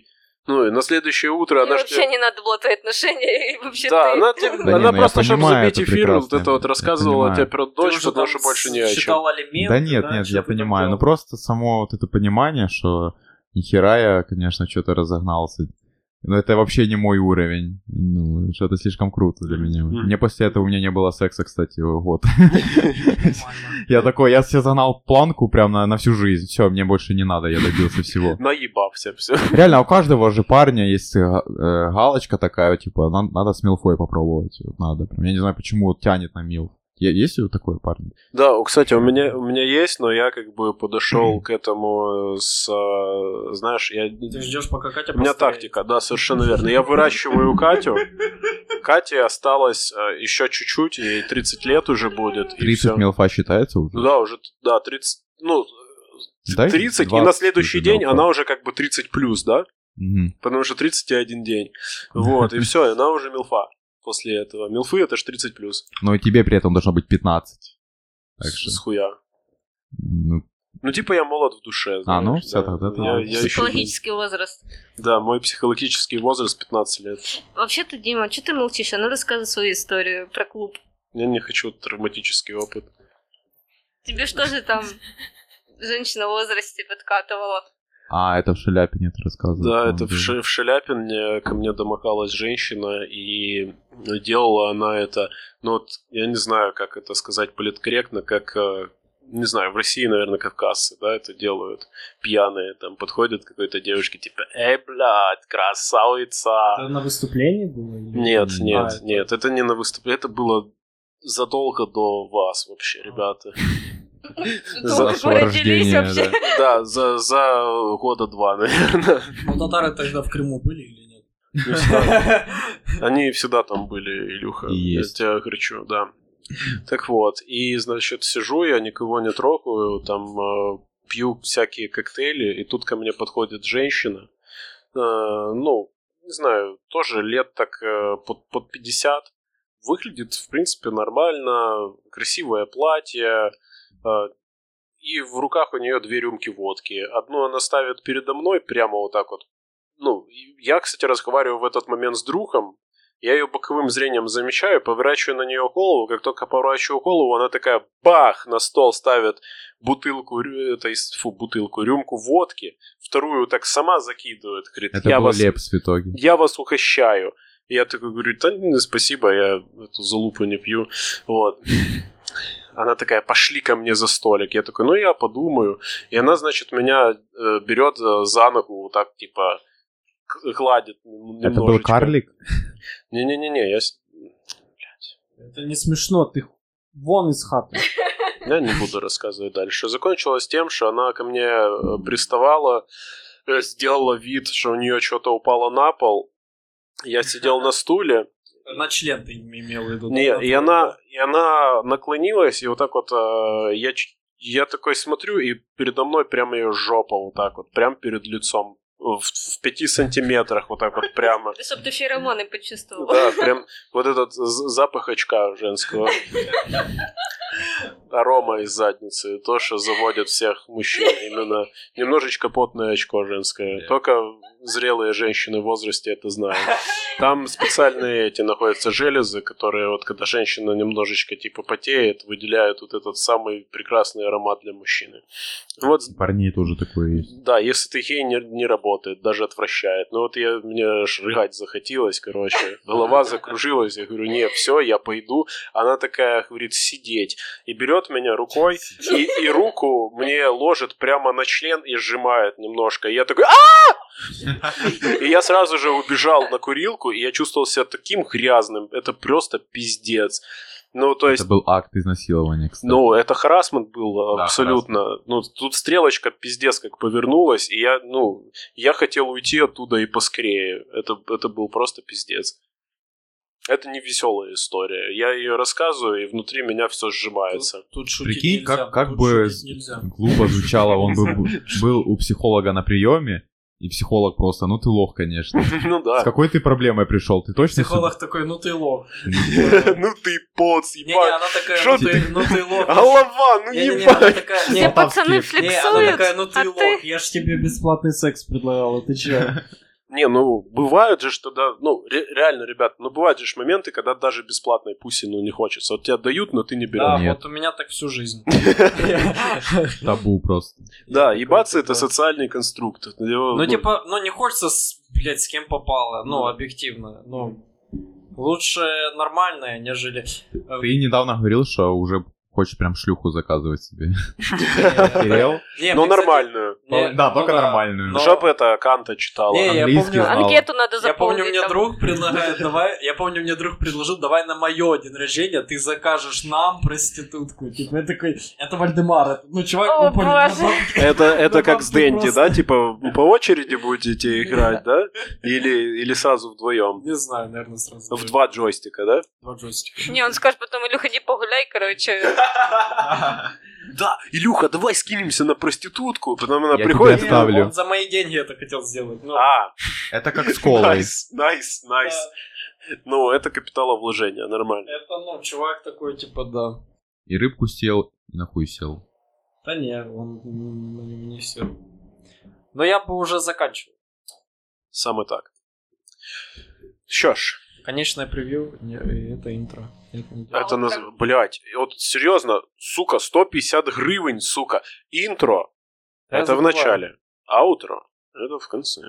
D: Ну и на следующее утро
E: Ей
D: она ж
E: вообще не надо было твои отношения, и вообще
D: Да,
E: ты...
D: она, тебе-
C: Да не,
D: она
C: ну я
D: просто, чтобы
C: понимаю,
D: забить
C: это
D: эфир, вот
C: прекрасно,
D: это вот
C: я
D: рассказывала тебе
C: понимаю.
D: про
A: Ты
D: дочь,
A: уже
D: потому
A: там
D: что больше не о чем.
A: считал алименты,
C: Да нет, нет,
A: что
C: я
A: ты там
C: понимаю. Ну
A: делал?
C: просто само вот это понимание, что нихера я, конечно, что-то разогнался. Но это вообще не мой уровень. Ну, что-то слишком круто для меня.
D: Мгм.
C: Мне после этого у меня не было секса, кстати, год.
A: Нормально.
C: Я такой, я себе загнал планку прям на, на всю жизнь. Все, мне больше не надо, я добился всего.
D: Наебался, все.
C: Реально, а у каждого же парня есть э, э, галочка такая, типа, «Нам надо с Милфой попробовать. Вот надо. Прям, Я не знаю, почему вот тянет на Мил. Е- Есть ли вот такое парни?
D: Да, у- кстати, у меня, у меня есть, но я как бы подошел к этому э, с... а, Знаешь, я...
A: Ты ждешь, пока Катя
D: У меня
A: постареет.
D: тактика, да, совершенно верно. Я выращиваю Катю. Кате осталось еще чуть-чуть, ей 30 лет уже будет. и
C: 30
D: всё.
C: Милфа считается уже?
D: Ну да, уже, да, 30, ну,
C: Да,
D: 30, и на
C: 20
D: следующий
C: уже, да,
D: день
C: да.
D: она уже как бы 30 плюс, да?
C: Мгм.
D: Потому что 31 день. Вот, и все, она уже милфа после этого. Милфы это ж 30 плюс.
C: Но и тебе при этом должно быть 15. Так
D: С,
C: что,
D: с хуя.
C: ну,
D: Ну, типа я молод в душе.
C: А, ну,
D: знаешь,
C: всё,
D: да.
C: тогда
D: Я-
C: да.
D: я ещё-
E: Психологический возраст.
D: Да, мой психологический возраст 15 лет.
E: Вообще-то, Дима, что ты молчишь? А ну рассказывай свою историю про клуб.
D: Я не хочу травматический опыт.
E: Тебе что же там женщина в возрасте подкатывала?
C: а, это в шляпе нет рассказывал.
D: Да, это в, Ше- в Шаляпин мне- ко мне домокалась женщина, и делала она это, ну вот, я не знаю, как это сказать политкорректно, как, э, не знаю, в России, наверное, кавказцы, да, это делают пьяные, там подходят к какой-то девушке, типа, эй, блядь, красавица.
A: Это на выступлении было? или-
D: Нет,
C: А,
D: нет,
A: это-
D: нет, это не на выступлении, это было задолго до вас вообще, ребята. За
E: как вы
C: нашего
E: родились
C: рождения,
E: вообще?
D: Да, за, за года два, наверное.
A: Ну, татары тогда в Крыму были или нет?
D: Не знаю. Они всегда там были, Илюха.
C: И есть.
D: Я тебя кричу, да. Так вот, и, значит, сижу я, никого не трогаю, там э, пью всякие коктейли, и тут ко мне подходит женщина, э, ну, не знаю, тоже лет так э, под, под 50, выглядит, в принципе, нормально, красивое платье, э, и в руках у нее две рюмки водки. Одну она ставит передо мной прямо вот так вот. Ну, и я, кстати, разговариваю в этот момент с другом, Я ее боковым зрением замечаю, поворачиваю на нее голову. Как только поворачиваю голову, она такая бах на стол ставит бутылку, рю- это, из- фу, бутылку, рюмку водки. Вторую так сама закидывает. Говорит,
C: Это
D: я
C: был
D: вас,
C: лепс в итоге.
D: я вас угощаю. И я такой говорю, да не, спасибо, я эту залупу не пью. Вот. Она такая, пошли ко мне за столик. Я такой, ну я подумаю. И она, значит, меня э, берет э, за ногу, вот так, типа, к- гладит
C: Это был
D: немножечко.
C: карлик?
D: Не-не-не, я... с- Блядь.
F: Это не смешно, ты вон из хаты.
D: Я не буду рассказывать дальше. Закончилось тем, что она ко мне э, приставала, э, сделала вид, что у нее что-то упало на пол. Я сидел на стуле,
B: На член ты имел в виду. да?
D: Не,
B: На
D: и
B: твой,
D: она, и она наклонилась, и вот так вот э, я, ч- я такой смотрю, и передо мной прямо ее жопа вот так вот, прям перед лицом. В, в пяти сантиметрах вот так вот прямо.
E: Чтоб ты феромоны почувствовал.
D: Да, прям вот этот з- запах очка женского. Арома из задницы. То, что заводит всех мужчин. Именно немножечко потное очко женское. Только зрелые женщины в возрасте это знают. Там специальные эти находятся железы, которые вот когда женщина немножечко типа потеет, выделяют вот этот самый прекрасный аромат для мужчины. Вот
C: Парней тоже такое есть.
D: да, если ты хей не, не работает, даже отвращает. Ну вот я, мне аж рыгать захотелось, короче. Голова закружилась, я говорю, не, все, я пойду. Она такая, говорит, сидеть. И берет меня рукой, и, и руку мне ложит прямо на член и сжимает немножко. И я такой, а И я сразу же убежал на курилку, и я чувствовал себя таким грязным. Это просто пиздец. Ну, то есть...
C: Это был акт изнасилования, кстати.
D: Ну, это харасмент был
H: Да,
D: абсолютно. Ну, тут стрелочка пиздец как повернулась, и я, ну, я хотел уйти оттуда и поскорее. Это, это был просто пиздец. Это не веселая история. Я ее рассказываю, и внутри меня все сжимается.
B: Тут, тут шутить
C: Прикинь,
B: нельзя,
C: как, как
B: тут
C: бы
B: шутить нельзя.
C: глупо звучало, он бы бу- был у психолога на приеме, и психолог просто, ну ты лох, конечно.
D: Ну
C: С
D: да.
C: какой ты проблемой пришел? Ты точно...
B: Психолог такой, ну ты лох.
D: Ну ты поц,
B: Не, не,
D: ебать.
B: она такая,
D: Шо
B: ну ты, ну ты лох.
D: Голова, ну
B: Не-не-не, она
D: ебать.
B: такая,
E: Все
B: не,
E: пацаны
B: не, она
E: флексуют,
B: такая, ну ты
E: а ты...
B: лох, я ж тебе
F: Тебе бесплатный секс предлагал, а ты че?
D: Не, ну, бывают же, что да, ну, ре- реально, ребят, ну, бывают же ж моменты, когда даже бесплатной пуси, ну, не хочется. Вот тебя дают, но ты не берешь.
B: Да,
C: Нет.
B: вот у меня так всю жизнь.
C: Табу просто.
D: Да, ебаться это социальный конструкт. Это его,
B: Ну, типа, ну не хочется, с, блядь, с кем попало, ну, объективно. Ну, лучше нормальное, нежели...
C: Ты недавно говорил, что уже хочешь прям шлюху заказывать себе.
B: Кирилл?
C: Кирилл?
B: э, Не,
D: Ну,
B: мне, кстати,
D: нормальную.
B: не,
C: Да,
B: ну
C: только нормальную.
B: но-
D: Чтоб это Канта читала.
B: Не, я
C: Английский
B: помню,
C: знал.
E: Анкету надо
B: ну, Я
E: заполнить.
B: помню, мне
E: там.
B: друг предлагает, давай, я помню, мне друг предложил, давай на мое день рождения ты закажешь нам проститутку. Типа, я такой, это Вальдемар, это- ну, чувак,
E: О,
B: ну, понял,
E: боже.
B: ну,
D: Это, это
F: Ну,
D: как
F: там
D: с
F: ты
D: Денди,
F: просто-
D: да? Типа по очереди будете играть, да? Или, или сразу вдвоем?
B: Не знаю, наверное, сразу.
D: В два джойстика, да?
B: Два джойстика.
E: Не, он скажет потом, Илюха, не погуляй, короче.
D: Да, Илюха, давай скинемся на проститутку. Потом она
C: Я
D: приходит.
C: тебя Ставлю.
B: Он за мои деньги это хотел сделать. Ну,
D: А,
C: Это как с колой.
D: найс, найс, найс. Ну, это капиталовложение, нормально.
B: Это, ну, чувак такой, типа, да.
C: И рыбку съел, и нахуй сел.
B: Да не, он м, м, не все. Но я бы уже заканчивал.
D: Само так. Что ж,
B: Конечное превью, не, и это интро. Это не-
D: Это наз... Блять, вот серьезно, сука, 150 гривен, сука. Интро.
B: Я
D: это в
B: забываю.
D: начале. Аутро. Это в конце.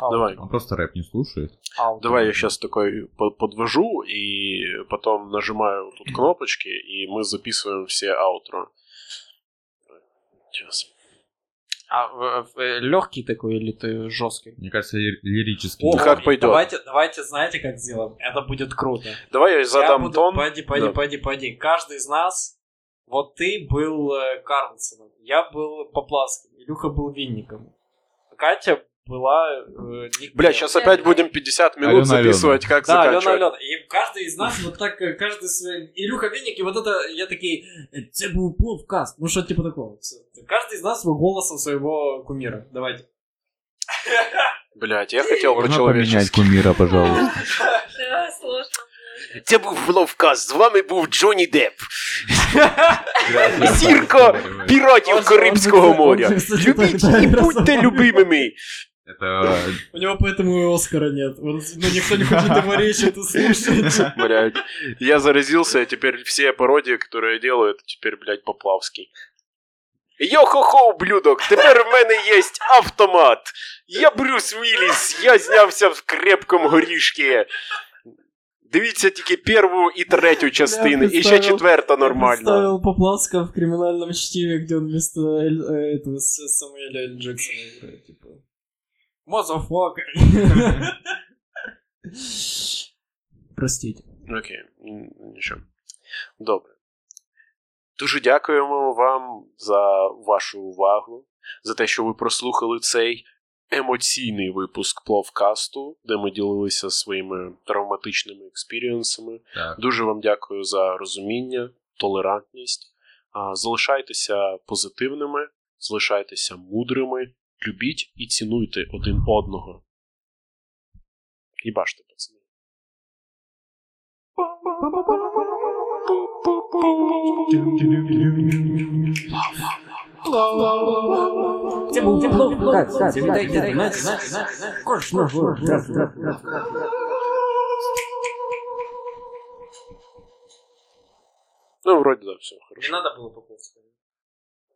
B: Ау,
D: Давай.
C: Он просто рэп не слушает.
B: ау.
D: Давай я сейчас такой по- подвожу и потом нажимаю тут кнопочки, и мы записываем все аутро. Сейчас.
B: А легкий такой или ты жесткий?
C: Мне кажется, ли- лирически.
B: О,
D: как пойдет.
B: Давайте, давайте, знаете, как сделаем? Это будет круто.
D: Давай я задам
B: буду-
D: тон.
B: Пойди, пойди,
D: Да.
B: пойди, пойди. Каждый из нас, вот ты был э, Карлсоном, я был Поплавским, Илюха был Винником, Катя была... Э, Ник-
D: Бля, сейчас опять будем 50 минут
C: Алена,
D: записывать, как
B: Да, Алена,
D: заканчивать.
B: Алена. И каждый из нас вот так, э, каждый свой... Илюха Винник, и вот это, я такие, э, це був пловкаст, ну что типа такого. Це- Каждый из нас свой голосом своего кумира. Давайте.
D: Блять, я
C: Можно
D: хотел
C: поменять
D: по-человечески.
C: кумира, пожалуйста.
E: Да, сложно.
D: Це був Ловкаст, з вами був Джонні Депп. Сірко!
C: Сирко!
D: піратів
B: Ось,
D: Карибського
F: ось це-
D: Типа моря.
F: ось це- ось це-
D: Любіть
F: так,
D: і
F: так,
D: будьте
F: так.
D: любимими.
C: Это...
B: У него поэтому и Оскара нет. Он- ну, никто не хочет его речь это слушать.
F: Блядь. Я заразился, а теперь все пародии, которые я делаю, это теперь, блядь, Поплавский. Йо-хо-хо, ублюдок, тепер в мене є автомат. Я Брюс Вілліс, я знявся в крепкому горішки. Дивіться тільки перву і третю частини, і ще
B: представив-
F: четверта нормально.
B: Ставил Поплавска в криминальном чтиве, где он вместо Эль- э, этого С- Самуэля Эль Джексона играет, типа. Мазафака. Простите.
F: Окей, м, нічого. Добре. Дуже дякуємо вам за вашу увагу, за те, що ви прослухали цей емоційний випуск Пловкасту, де ми ділилися своїми травматичними експірієнсами.
C: Так.
F: Дуже вам дякую за розуміння, толерантність. А, Залишайтеся позитивними, залишайтеся мудрими, любіть і цінуйте один одного. І бачите, пацани. Ну, вроде да, все хорошо.
D: Ну, Не надо было Поповского.